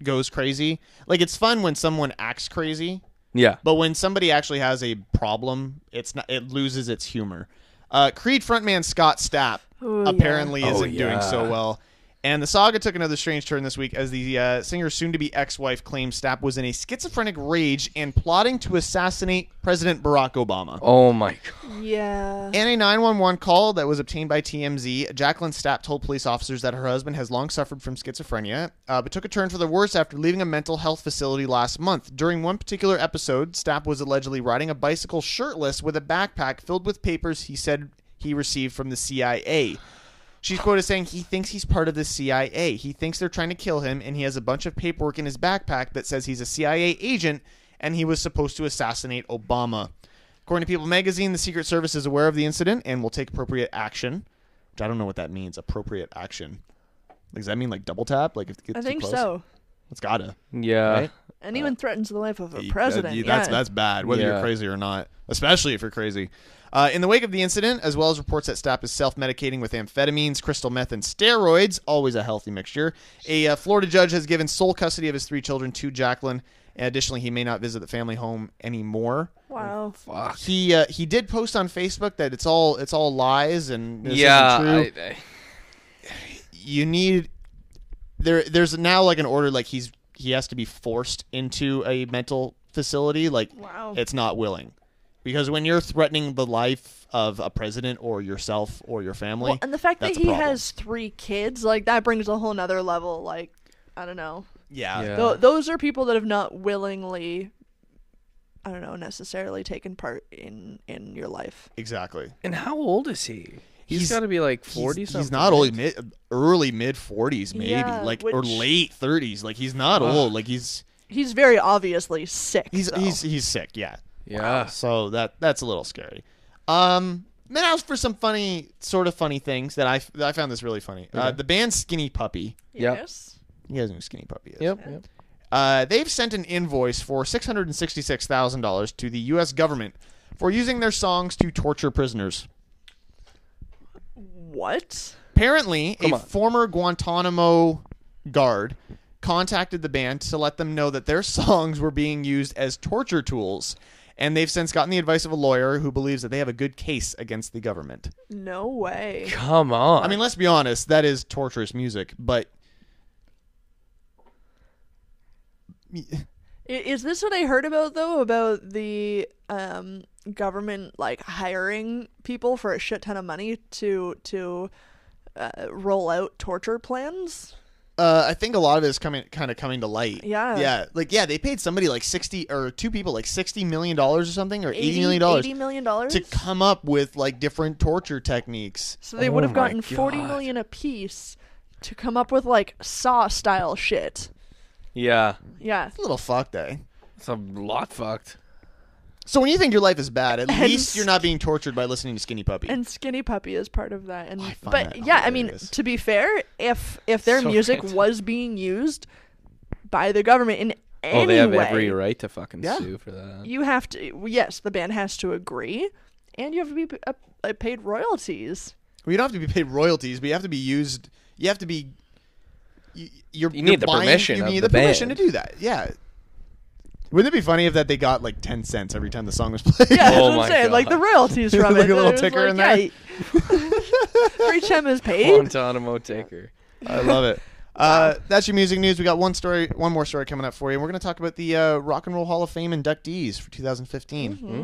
D: goes crazy. Like it's fun when someone acts crazy,
E: Yeah.
D: but when somebody actually has a problem, it's not it loses its humor. Uh, Creed frontman Scott Stapp
C: Ooh, yeah.
D: apparently
E: Oh,
D: isn't doing so
E: yeah.
D: well. And the saga took another strange turn this week as the uh, singer's soon to be ex wife claimed Stapp was in a schizophrenic rage and plotting to assassinate President Barack Obama.
E: Oh, my God.
C: Yeah.
D: In a 911 call that was obtained by TMZ, Jacqueline Stapp told police officers that her husband has long suffered from schizophrenia, uh, but took a turn for the worse after leaving a mental health facility last month. During one particular episode, Stapp was allegedly riding a bicycle shirtless with a backpack filled with papers he said he received from the CIA. She's quoted as saying, He thinks he's part of the CIA. He thinks they're trying to kill him, and he has a bunch of paperwork in his backpack that says he's a CIA agent and he was supposed to assassinate Obama. According to People magazine, the Secret Service is aware of the incident and will take appropriate action. Which I don't know what that means. Appropriate action. Like, does that mean like double tap? Like if it gets
C: I
D: too
C: think
D: close?
C: so.
D: It's gotta.
E: Yeah.
D: Right?
C: Anyone threatens the life of a president.
D: Uh, That-
C: yeah.
D: That's that's bad, whether you're
E: Yeah.
D: crazy or not, especially if you're crazy. Uh, in the wake of the incident, as well as reports that Stapp is self-medicating with amphetamines, crystal meth, and steroids, always a healthy mixture, a uh, Florida judge has given sole custody of his three children to Jacqueline. And additionally, he may not visit the family home anymore.
C: wow.
E: Fuck.
D: He uh, he did post on Facebook that it's all it's all lies and this
E: yeah.
D: isn't true
E: I- I-
D: you need there there's now like an order like he's he has to be forced into a mental facility like
C: Wow.
D: it's not willing because when you're threatening the life of a president or yourself or your family
C: Well, and the fact that
D: that's a
C: he
D: problem.
C: has three kids, like that brings a whole nother level. Like, I don't know.
D: yeah,
E: Yeah.
C: Tho- those are people that have not willingly, I don't know, necessarily taken part in in your life.
D: exactly
E: and how old is he?
D: He's-
E: he's got to be like
D: He's-
E: 40 something.
D: he's not old he's mid, early mid 40s maybe
C: Yeah,
D: like or
C: which-
D: late 30s like he's not
E: Ugh.
D: old like he's
C: He's very obviously sick.
D: he's
C: though.
D: he's he's sick yeah
E: Yeah.
D: So that that's a little scary. Um, then as for some funny, sort of funny things that I, that I found this really funny. Uh,
E: Okay.
D: the band Skinny Puppy.
E: Yep.
C: yes.
D: You guys know who Skinny Puppy is.
E: Yep. yep.
D: Uh, they've sent an invoice for six hundred and sixty-six thousand dollars to the U.S. government for using their songs to torture prisoners.
C: What?
D: Apparently,
C: Come
D: a
C: on.
D: former Guantanamo guard contacted the band to let them know that their songs were being used as torture tools, and they've since gotten the advice of a lawyer who believes that they have a good case against the government.
C: No way.
E: Come on.
D: I mean, let's be honest, that is torturous music, but
C: I- Is this what I heard about though? About the um, government like hiring people for a shit ton of money to to uh, roll out torture plans?
D: uh, I think a lot of it is coming kind of coming to light.
C: Yeah.
D: Yeah. Like yeah, they paid somebody like 60 or two people like 60 million dollars or something or 80 million dollars
C: Eighty million dollars.
D: to come up with like different torture techniques.
C: So they
E: Oh
D: Oh
C: would have gotten forty million apiece to come up with like Saw style shit.
E: Yeah.
C: Yeah.
D: It's a little fucked, eh?
E: It's a lot fucked.
D: So when you think your life is bad, at
C: And
D: least you're not being tortured by listening to Skinny Puppy.
C: And Skinny Puppy is part of that. And
D: find
C: but
D: that
C: yeah, I mean, to be fair, if if their
E: So
C: music
E: random.
C: was being used by the government in
E: Oh,
C: any
E: they have
C: way,
E: every right to fucking
C: Yeah.
E: sue for that.
C: you have to. Yes, the band has to agree, and you have to be p- uh, uh, paid royalties.
D: Well, you don't have to be paid royalties, but you have to be used. You have to be. You, you're,
E: You need
D: you're
E: the
D: buying-
E: permission
D: You
E: of
D: need
E: the
D: the permission
E: band.
D: to do that. Yeah. Wouldn't it be funny if that they got like ten cents every time the song was played?
C: Yeah,
E: Oh
C: that's what I'm saying. Like the royalties from
D: Oh
C: it.
D: like a little
C: There's,
D: ticker
C: like,
D: in there.
C: yeah, for each time is paid.
E: Guantanamo Tinker.
D: I love it. Uh, that's your music news. We got one story, one more story coming up for you. We're going to talk about the uh, Rock and Roll Hall of Fame inductees for 2015.
C: Mm-hmm.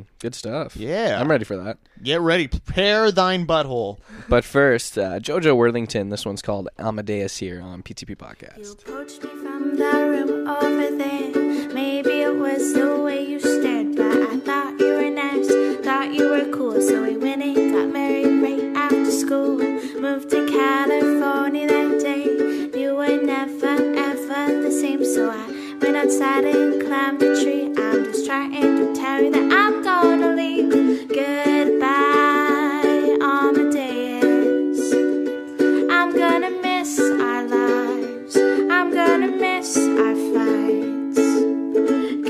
E: Mm, good stuff.
D: Yeah.
E: I'm ready for that.
D: Get ready. Prepare thine butthole.
E: But first, uh, JoJo Worthington. This one's called Amadeus here on PTP Podcast.
P: approached me from that room over there. Maybe it was the way you stared, but I thought you were nice, thought you were cool. So we went and got married right after school. Moved to California that day. You were never ever the same, so I went outside and climbed a tree. I'm just trying to tell you that I'm gonna leave. Goodbye, Amadeus. I'm gonna miss our lives. I'm gonna miss our fights.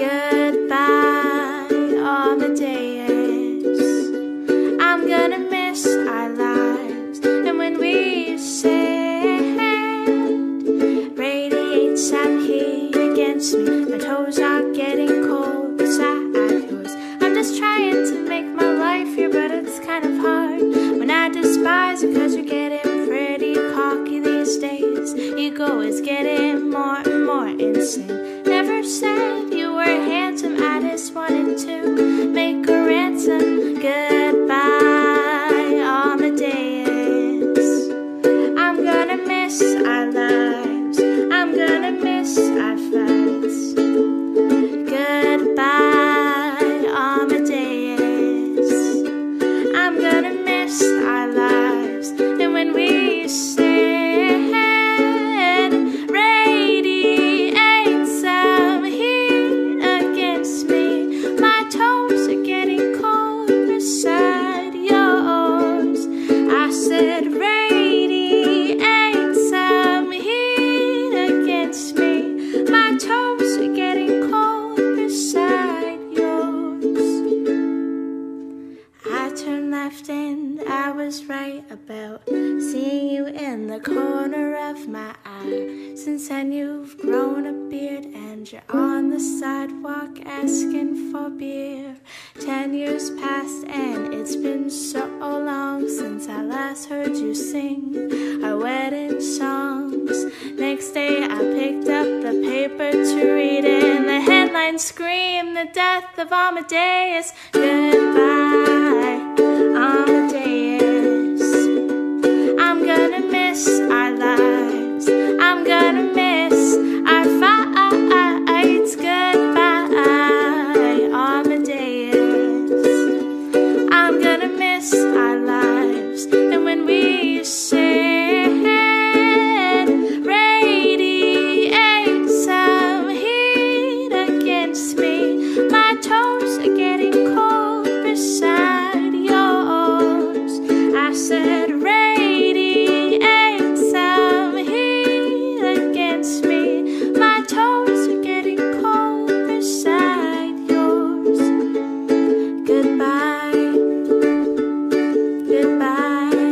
P: Goodbye, Amadeus. I'm gonna miss our lives. And when we said, radiates that heat against me. My toes are getting cold beside yours. I'm just trying to make my life here, but it's kind of hard. When I despise you, cause you're getting pretty cocky these days. Ego is getting more and more insane. Never said you were handsome, I just wanted to make a ransom. Goodbye, Amadeus. I'm gonna miss our lives. I'm gonna miss our fights. Goodbye, Amadeus. I'm gonna miss our lives. And when we said, radiate some heat against me. My toes are getting cold beside yours. I said, radiate some heat against me. My toes are getting cold beside yours. I turned left and I was right about seeing you in the corner of my eye. Since then, you've grown a beard and you're on the sidewalk asking for beer. Ten years passed and it's been so long since I last heard you sing our wedding songs. Next day, I picked up the paper to read it, and the headline screamed the death of Amadeus. Goodbye, Amadeus. I'm gonna miss our lives. I'm gonna miss our fights. Goodbye, Amadeus. I'm gonna miss our lives. And when we said, radiate some heat against me, my toes are getting cold beside yours. I said, radiate some heat against me, my toes are getting cold beside yours. Goodbye. Goodbye.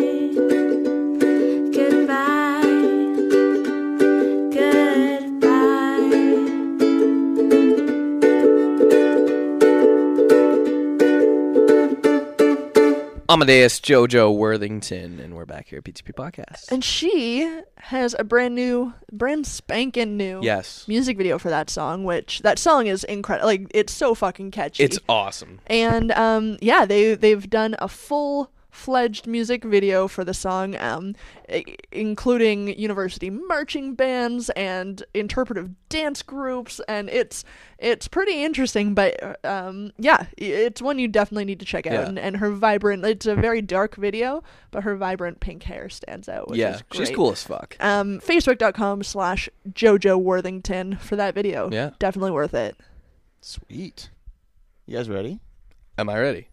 E: Amadeus Jojo Worthington, and we're back here at PTP Podcast.
C: And she has a brand new, brand spankin' new
E: Yes.
C: music video for that song, which that song is incredible. Like, it's so fucking catchy.
E: It's awesome.
C: and um, yeah, they they've done a full fledged music video for the song, um, i- including university marching bands and interpretive dance groups, and it's it's pretty interesting. But uh, um, yeah, i- it's one you definitely need to check out.
E: Yeah.
C: And, and her vibrant, it's a very dark video, but her vibrant pink hair stands out. Which
E: yeah,
C: is
E: she's
C: great.
E: cool as fuck.
C: Um, Facebook.com slash Jojo Worthington for that video.
E: Yeah.
C: Definitely worth it.
D: Sweet. You guys ready?
E: Am I ready?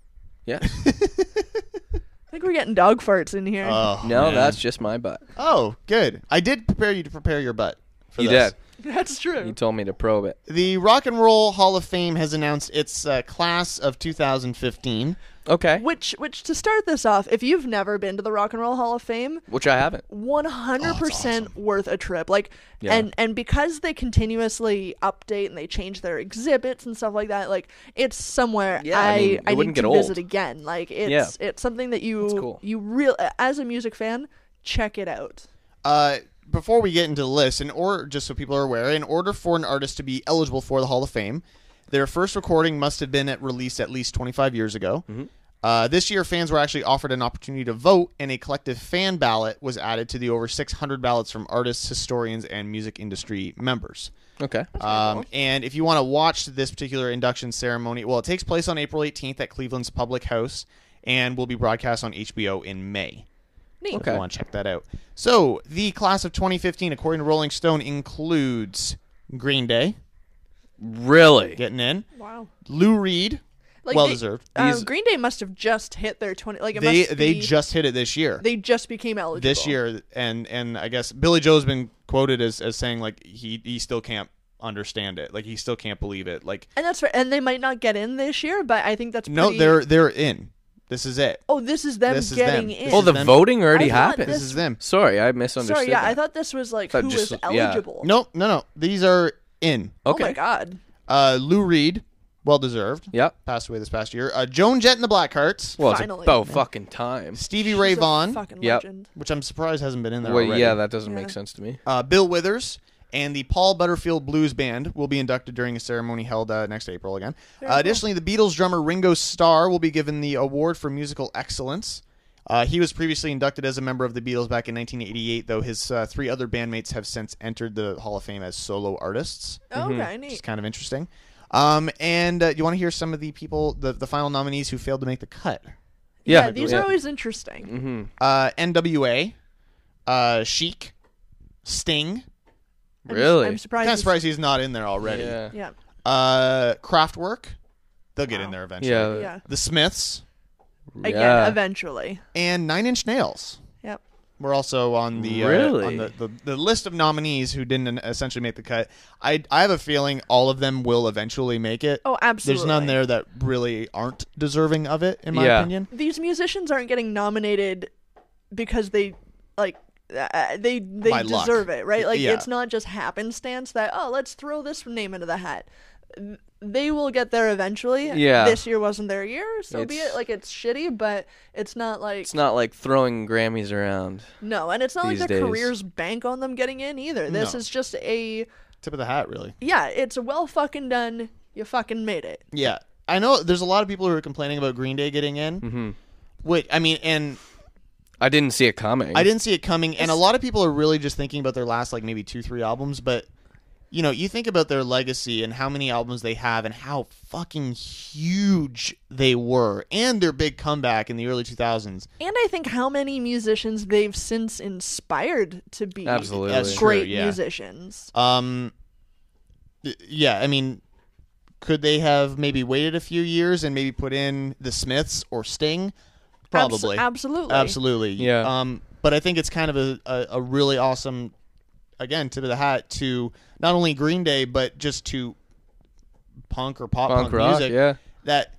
E: Yeah.
C: I think we're getting dog farts in here.
E: no,
D: Oh, man.
E: that's just my butt.
D: Oh, good. I did prepare you to prepare your butt. For
E: You
D: this.
E: did.
C: That's true.
E: You told me to probe it.
D: The Rock and Roll Hall of Fame has announced its uh, class of 2015.
E: Okay.
C: Which, which to start this off, if you've never been to the Rock and Roll Hall of Fame,
E: Which I haven't.
C: 100% worth a trip. Like,
E: Yeah.
C: and and because they continuously update and they change their exhibits and stuff like that, like it's somewhere
E: Yeah, I
C: I
E: mean, it
C: I,
E: wouldn't
C: need
E: get
C: to
E: old.
C: visit again. Like, it's it's something that you you real as a music fan check it out.
D: Uh, before we get into the list, in or just so people are aware, in order for an artist to be eligible for the Hall of Fame, their first recording must have been at released at least 25 years ago. Uh, this year, fans were actually offered an opportunity to vote, and a collective fan ballot was added to the over 600 ballots from artists, historians, and music industry members.
E: Okay.
D: Um, and if you want to watch this particular induction ceremony, well, it takes place on April 18th at Cleveland's Public House and will be broadcast on HBO in May.
C: Neat.
D: So If you want to check that out. So, the class of 2015, according to Rolling Stone, includes Green Day.
E: Really?
D: Getting in.
C: Wow.
D: Lou Reed.
C: Like
D: well
C: they-
D: deserved.
C: Um, Green Day must have just hit their twenty. Like it
D: they
C: must
D: they
C: be-
D: just hit it this year.
C: they just became eligible
D: this year and and I guess Billy Joe's been quoted as, as saying like he he still can't understand it. Like he still can't believe it. Like
C: and that's fair. And they might not get in this year, but I think that's
D: no,
C: pretty-
D: they're they're in. This is it.
C: Oh, this is them
D: This is
C: getting
D: them.
C: in.
D: This
E: Oh, the
D: them.
E: voting already
C: I thought
E: happened.
C: this- This is
D: them.
E: Sorry, I misunderstood.
C: Sorry, yeah, I
E: that.
C: thought this was like
E: Thought
C: who
E: just-
C: is
E: yeah.
C: eligible.
D: No, no, no. These are in.
C: Oh my god.
D: Uh, Lou Reed, well deserved.
E: Yep.
D: Passed away this past year. Uh, Joan Jett and the Blackhearts.
E: Well, it's
C: Finally.
E: about fucking time.
D: Stevie Ray
C: She's a
D: Vaughan.
C: fucking
E: Yep.
C: legend.
D: Which I'm surprised hasn't been in there
E: Well,
D: already.
E: yeah, that doesn't make sense to me.
D: Uh, Bill Withers and the Paul Butterfield Blues Band will be inducted during a ceremony held uh, next April again. Uh, additionally, the Beatles drummer Ringo Starr will be given the award for musical excellence. Uh, he was previously inducted as a member of the Beatles back in 1988, though his uh, three other bandmates have since entered the Hall of Fame as solo artists.
C: Oh, okay,
D: Which is
C: neat.
D: kind of interesting. Um, and uh, you want to hear some of the people, the, the final nominees who failed to make the cut?
C: Yeah, these are always interesting.
E: Mm-hmm.
D: Uh, NWA, uh, Chic, Sting.
C: I'm- Really? I'm surprised
D: Kind of
C: he's-
D: surprised he's not in there already.
E: Yeah.
C: Yeah.
D: Uh, Kraftwerk. They'll get in there eventually.
E: Yeah.
C: Yeah.
D: The Smiths
C: Again, eventually.
D: and Nine Inch Nails.
C: Yep.
D: We're also on the uh,
E: Really?
D: on the, the, the list of nominees who didn't essentially make the cut. I I have a feeling all of them will eventually make it.
C: Oh,
D: There's none
C: absolutely.
D: there that really aren't deserving of it, in my
E: Yeah.
D: opinion.
C: These musicians aren't getting nominated because they like uh, they they
D: By luck.
C: deserve it, right? Like
D: Yeah.
C: it's not just happenstance that oh, let's throw this name into the hat. Th- They will get there eventually.
E: Yeah.
C: This year wasn't their year, so be
E: It's-
C: it. Like it's shitty, but it's not like
E: It's not like throwing Grammys around.
C: no, and it's not like their
E: these days.
C: careers bank on them getting in either. This
E: No.
C: is just a
D: Tip of the hat, really.
C: yeah, it's well fucking done. You fucking made it.
D: Yeah, I know. There's a lot of people who are complaining about Green Day getting in.
E: Mm-hmm.
D: Wait, I mean, and
E: I didn't see it coming.
D: I didn't see it coming. And a lot of people are really just thinking about their last like maybe two, three albums. But you know, you think about their legacy and how many albums they have and how fucking huge they were, and their big comeback in the early 2000s.
C: And I think how many musicians they've since inspired to be
D: Absolutely. That's true,
C: great
D: yeah.
C: musicians.
D: Um, y- yeah, I mean, could they have maybe waited a few years and maybe put in the Smiths or Sting? Probably,
C: absolutely.
D: absolutely, yeah. Um, but I think it's kind of a, a, a really awesome, again, tip of the hat to not only Green Day but just to punk or pop
E: Punk
D: punk,
E: rock,
D: music.
E: yeah.
D: that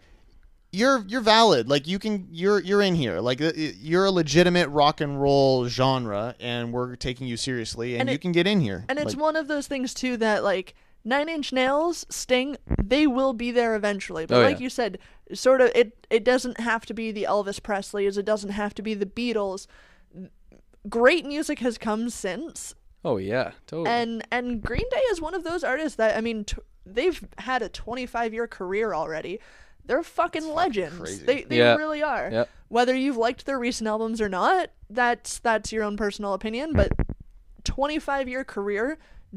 D: you're you're valid. Like you can you're you're in here. Like uh, you're a legitimate rock and roll genre, and we're taking you seriously, and,
C: And
D: you
C: it-
D: can get in here.
C: And it's
D: Like-
C: one of those things too that like Nine Inch Nails, Sting, they will be there eventually. But
E: Oh,
C: like
E: yeah.
C: you said, sort of it it doesn't have to be the Elvis Presleys, it doesn't have to be the Beatles. Great music has come since,
E: Oh yeah, totally.
C: and and Green Day is one of those artists that I mean, t- they've had a 25 year career already. They're fucking legends. They they
E: Yeah.
C: really are.
E: Yep.
C: Whether you've liked their recent albums or not, that's that's your own personal opinion. But 25 year career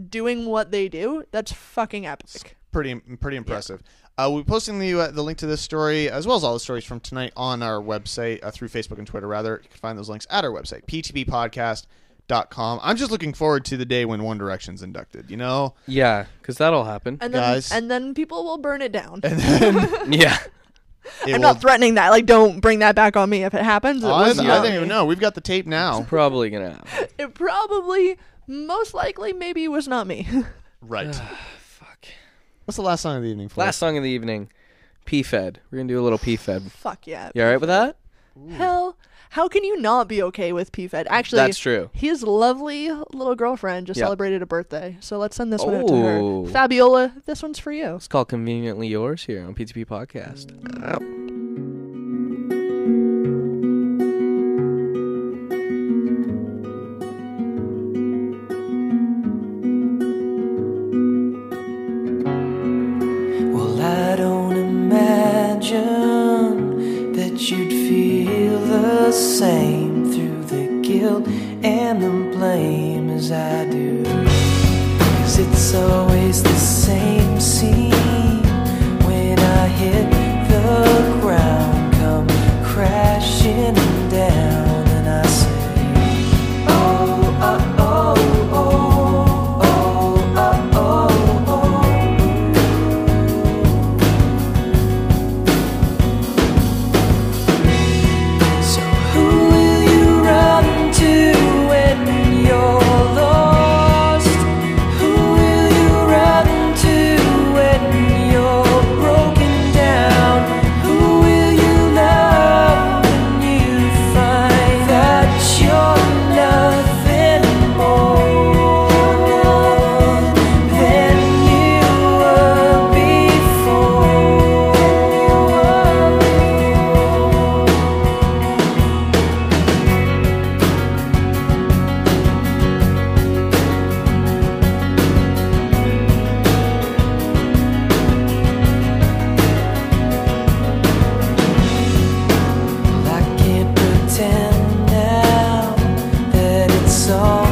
C: doing what they do, that's fucking epic.
D: pretty pretty impressive. Uh, we'll be posting the uh, the link to this story as well as all the stories from tonight on our website uh, through Facebook and Twitter. Rather, you can find those links at our website ptbpodcast.com. I'm just looking forward to the day when One Direction's inducted. You know,
E: yeah, because that'll happen,
C: And then
D: guys.
C: and then people will burn it down.
E: yeah,
D: It
C: I'm
D: will-
C: not threatening that. Like, don't bring that back on me if it happens. It
D: Honestly,
C: wasn't
D: I
C: on
D: don't
C: me.
D: even know. We've got the tape now.
E: probably gonna happen.
C: It probably, most likely, maybe was not me.
D: Right. What's the last song of the evening? Floyd?
E: Ah, Last song of the evening, P Fed. We're gonna do a little P Fed.
C: Fuck yeah.
E: You all right with that?
C: Hell, how can you not be okay with PFED? Actually,
E: That's true.
C: His lovely little girlfriend just
E: Yeah.
C: celebrated a birthday, so let's send this one out to
E: Oh.
C: her. Fabiola, this one's for you.
E: It's called Conveniently Yours here on PTP Podcast.
H: Well, I don't imagine that you'd feel the same through the guilt and the blame as I do. 'Cause it's always the same scene when I hit the ground, come crashing down, and I say, Oh, oh, oh, oh, oh, oh, oh, oh. So who will you run to when you're lost? Who will you run to when you're broken down? Who will you love when you find that you're nothing more than you were before? I can't pretend now that it's all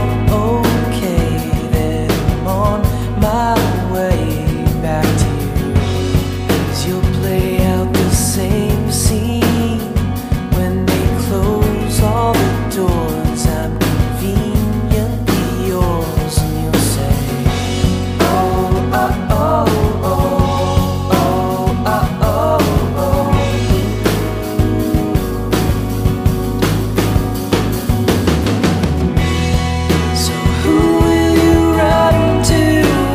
H: okay, that I'm on my way back to you. 'Cause you'll play out the same scene when they close all the doors. I'm conveniently yours, and you'll say, Oh, oh, oh, oh, oh, oh, oh, oh. So who will you run to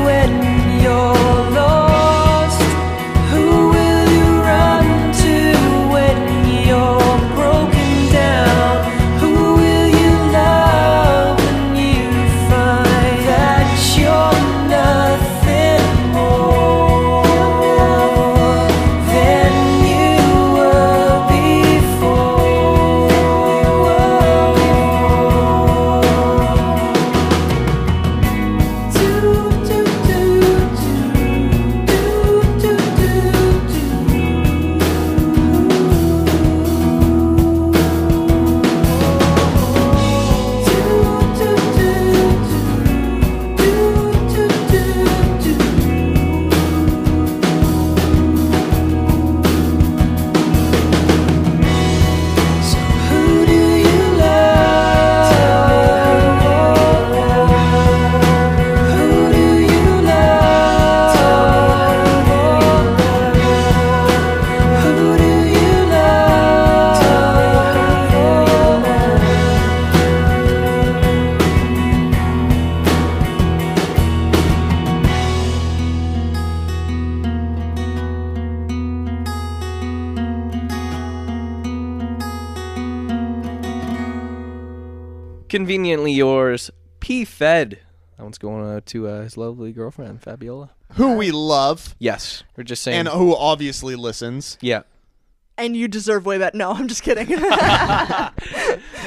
H: when you're lost? Who will you run to when you're broken down? Who will you love when you find that you're nothing more than you were before? Who do you love? Who do you love? Who do you love?
E: Conveniently Yours, P Fed. That one's going uh, to uh, his lovely girlfriend, Fabiola.
D: Who we love.
E: Yes. We're just saying.
D: And who obviously listens.
E: Yeah.
C: And you deserve way better. No, I'm just kidding.
D: I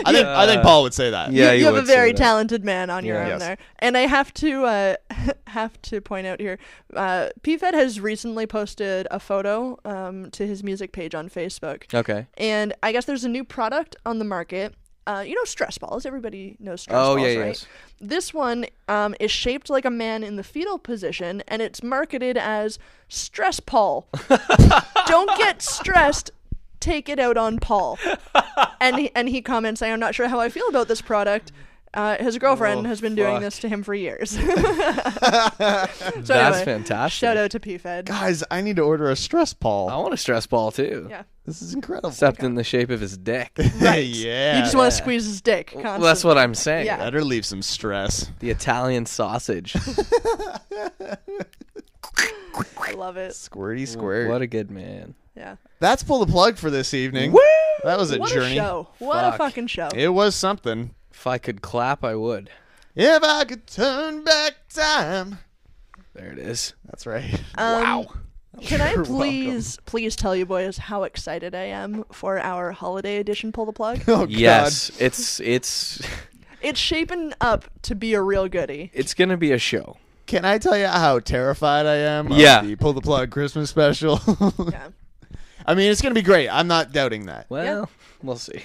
D: think I think Paul would say that.
E: Yeah,
C: you,
E: he
C: have a
E: would say
C: very
E: that.
C: talented man on your
E: Yeah.
C: own
E: Yes.
C: there. And I have to uh, have to point out here, uh, PFED has recently posted a photo um, to his music page on Facebook.
E: Okay.
C: And I guess there's a new product on the market. Uh, you know stress balls. Everybody knows stress
E: Oh,
C: balls,
E: yeah,
C: right?
E: yes.
C: This one um, is shaped like a man in the fetal position, and it's marketed as stress Paul. Don't get stressed. Take it out on Paul. and he, and he comments, "I am not sure how I feel about this product." Uh, his girlfriend
E: Oh,
C: has been doing
E: fuck.
C: this to him for years. That's
E: fantastic.
C: Shout out to PFed.
D: Guys, I need to order a stress ball. I
E: want a stress ball too.
C: Yeah.
D: This is incredible.
E: Except in the shape of his dick.
D: Right. yeah.
C: you just want to squeeze his dick constantly.
E: Well, that's what I'm saying.
C: Yeah.
D: Better leave some stress.
E: The Italian sausage.
C: I love it.
D: Squirty squirt.
E: What a good man.
C: Yeah.
D: That's pull the plug for this evening.
E: Woo!
D: That was a
C: What a
D: journey.
C: show. What a Fuck. fucking show.
D: It was something.
E: If I could clap, I would.
D: If I could turn back time.
E: There it is.
D: That's right.
C: Um,
D: wow.
C: Can I
D: You're
C: please, please tell you boys how excited I am for our holiday edition? Pull the plug.
D: Oh,
E: Oh, yes, it's it's
C: It's shaping up to be a real goodie.
E: it's gonna be a show.
D: Can I tell you how terrified I am?
E: Yeah.
D: Of the pull the plug Christmas special. yeah. I mean, it's going to be great. I'm not doubting that.
E: Well, we'll see.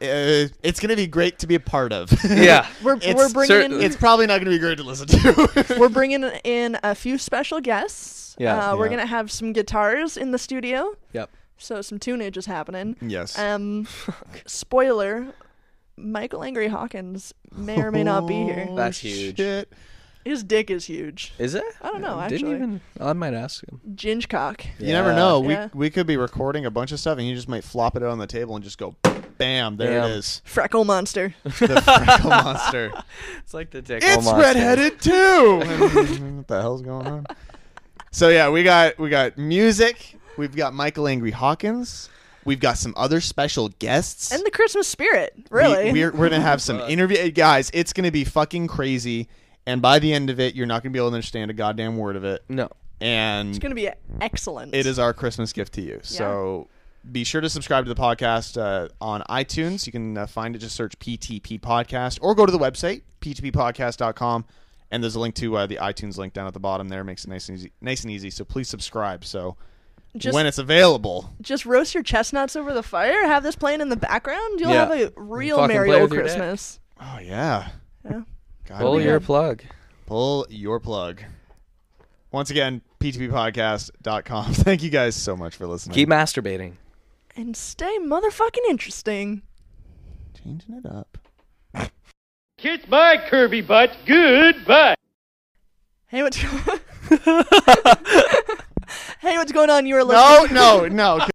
D: Uh, it's going to be great to be a part of.
E: Yeah.
C: We're-
D: It's-
C: we're bringing in-
D: It's probably not going to be great to listen to.
C: we're bringing in a few special guests.
D: Yeah.
C: Uh, We're
D: Yeah.
C: gonna have some guitars in the studio.
E: Yep.
C: So some tunage is happening.
D: Yes.
C: Um, spoiler: Michael Angry Hawkins may or may not be here.
E: Oh, That's huge.
D: Shit.
C: His dick is huge.
E: Is it?
C: I don't know.
E: I
C: Actually,
E: Didn't even. I might ask him.
C: Ginge cock.
D: You never know. We
C: Yeah.
D: we could be recording a bunch of stuff, and you just might flop it out on the table and just go, bam, there
E: Bam.
D: it is.
C: Freckle monster.
D: The freckle monster.
E: It's like the dick.
D: it's redheaded too. And what the hell's going on? So yeah, we got we got music. We've got Michael Angry Hawkins. We've got some other special guests.
C: And the Christmas spirit, really.
D: We, are we're gonna have some interview guys. It's gonna be fucking crazy. And by the end of it, you're not gonna be able to understand a goddamn word of it.
E: No.
D: And
C: It's gonna be excellent.
D: it is our Christmas gift to you. So be sure to subscribe to the podcast uh, on iTunes. You can uh, find it. Just search PTP Podcast or go to the website, ptppodcast.com. And there's a link to uh, the iTunes link down at the bottom there. makes it nice and easy. Nice and easy. So please subscribe. So
C: Just-
D: when it's available,
C: Just roast your chestnuts over the fire. Have this playing in the background. You'll
D: Yeah.
C: have a real
D: Fucking
C: merry
D: play
C: old
D: with your dick.
C: Christmas.
D: oh, yeah.
C: Yeah.
D: Gotta
E: Pull
D: be
E: your
D: good.
E: plug.
D: Pull your plug. Once again, ptppodcast.com. Thank you guys so much for listening.
E: Keep masturbating.
C: And stay motherfucking interesting.
D: Changing it up.
Q: Kiss my Kirby butt. Goodbye.
C: Hey, what's Hey, what's going on? You were
D: No,
C: listening.
D: no, no.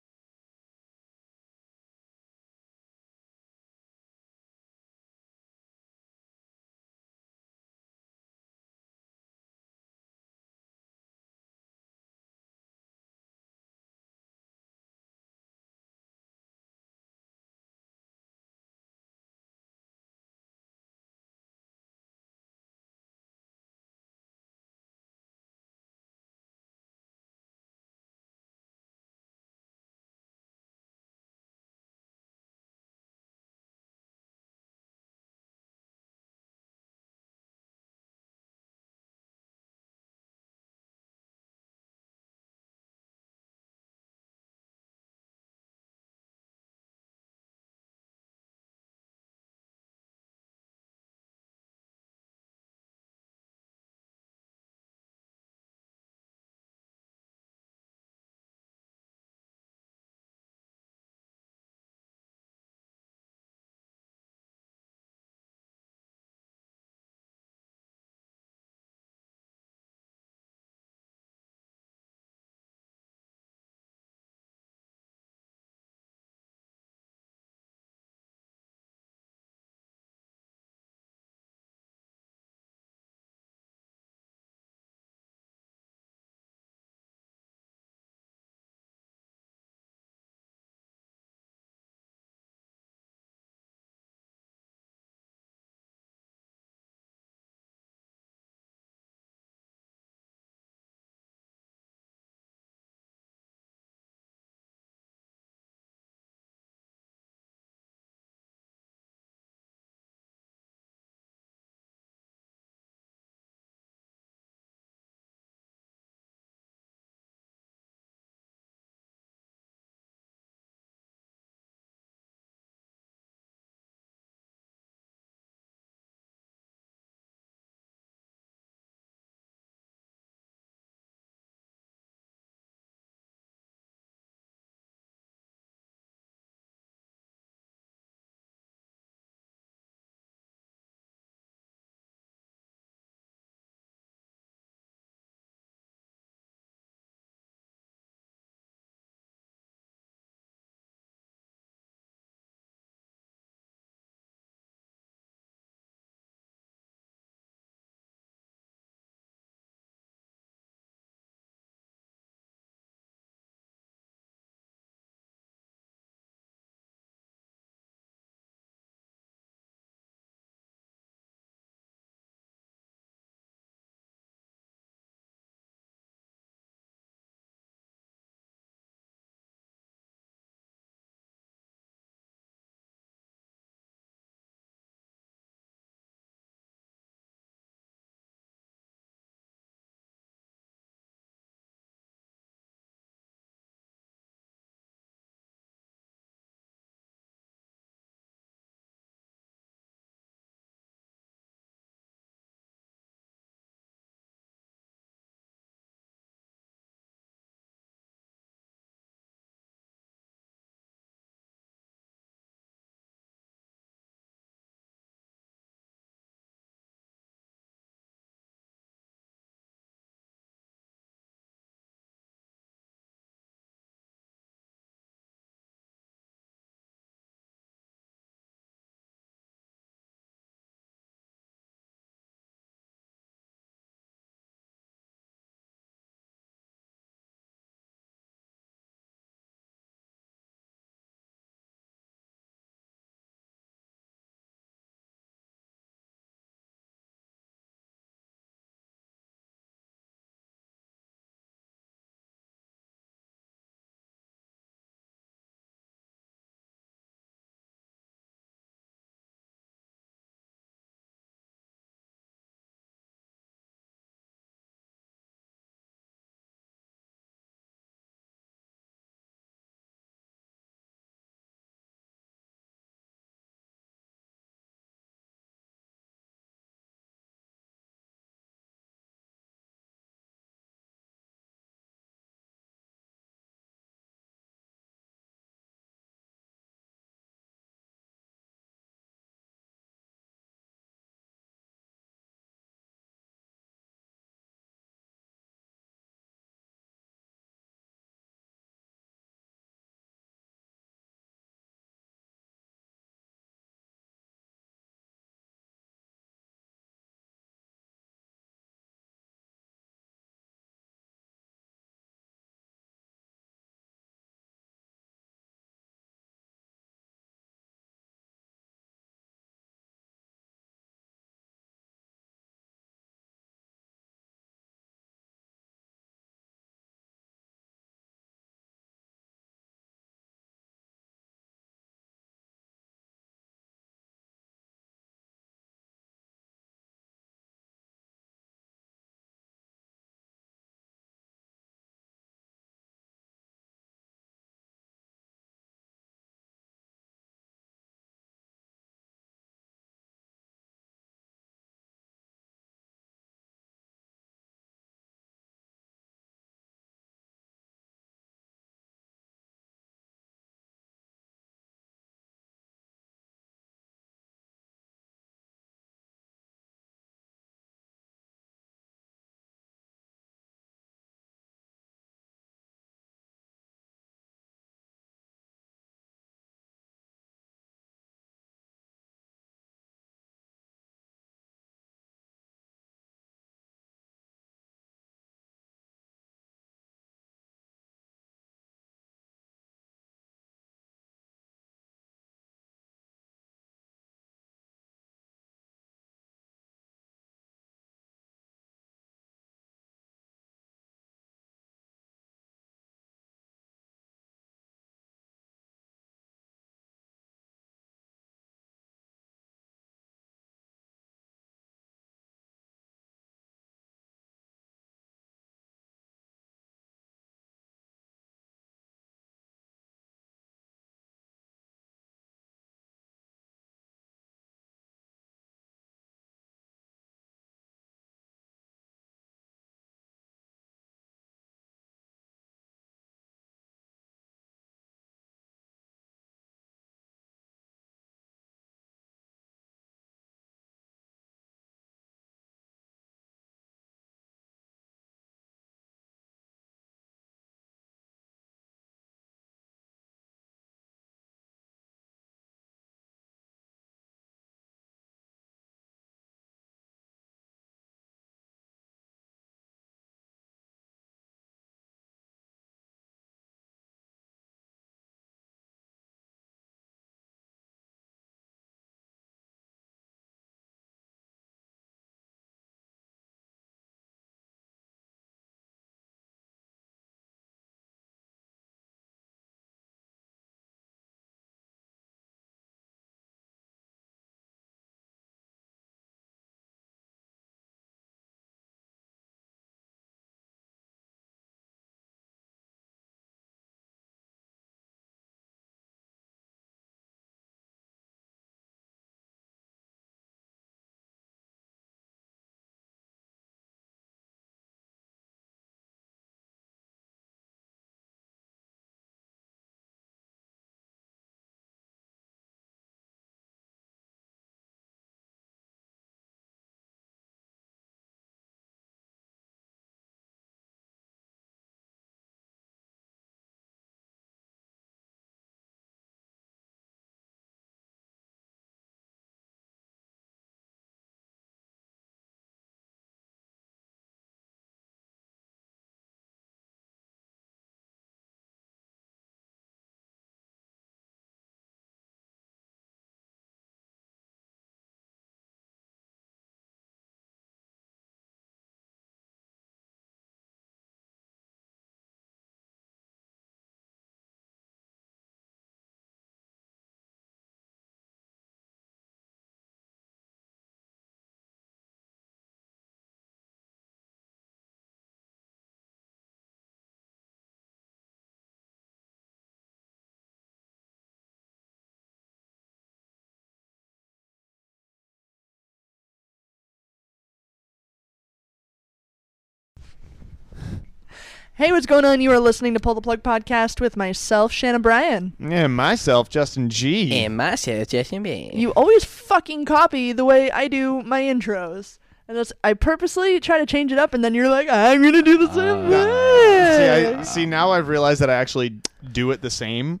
C: Hey, what's going on? You are listening to Pull the Plug podcast with myself, Shannon Bryan.
D: Yeah, myself, Justin G.
E: And myself, Justin B.
C: You always fucking copy the way I do my intros. And that's I purposely try to change it up, and then you're like, I'm gonna do the same
D: Uh, See,
C: way.
D: I, see, now I've realized that I actually do it the same,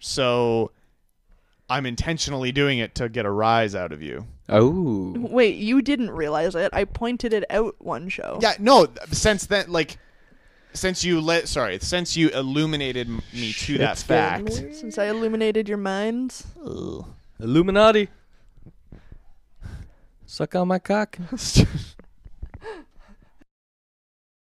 D: so I'm intentionally doing it to get a rise out of you.
E: Oh.
C: Wait, you didn't realize it. I pointed it out one show.
D: Yeah, no, th- since then, like, since you let, sorry, since you illuminated m- me to that
E: Shit's getting
D: fact.
C: Since I illuminated your minds.
E: Illuminati. Suck on my cock.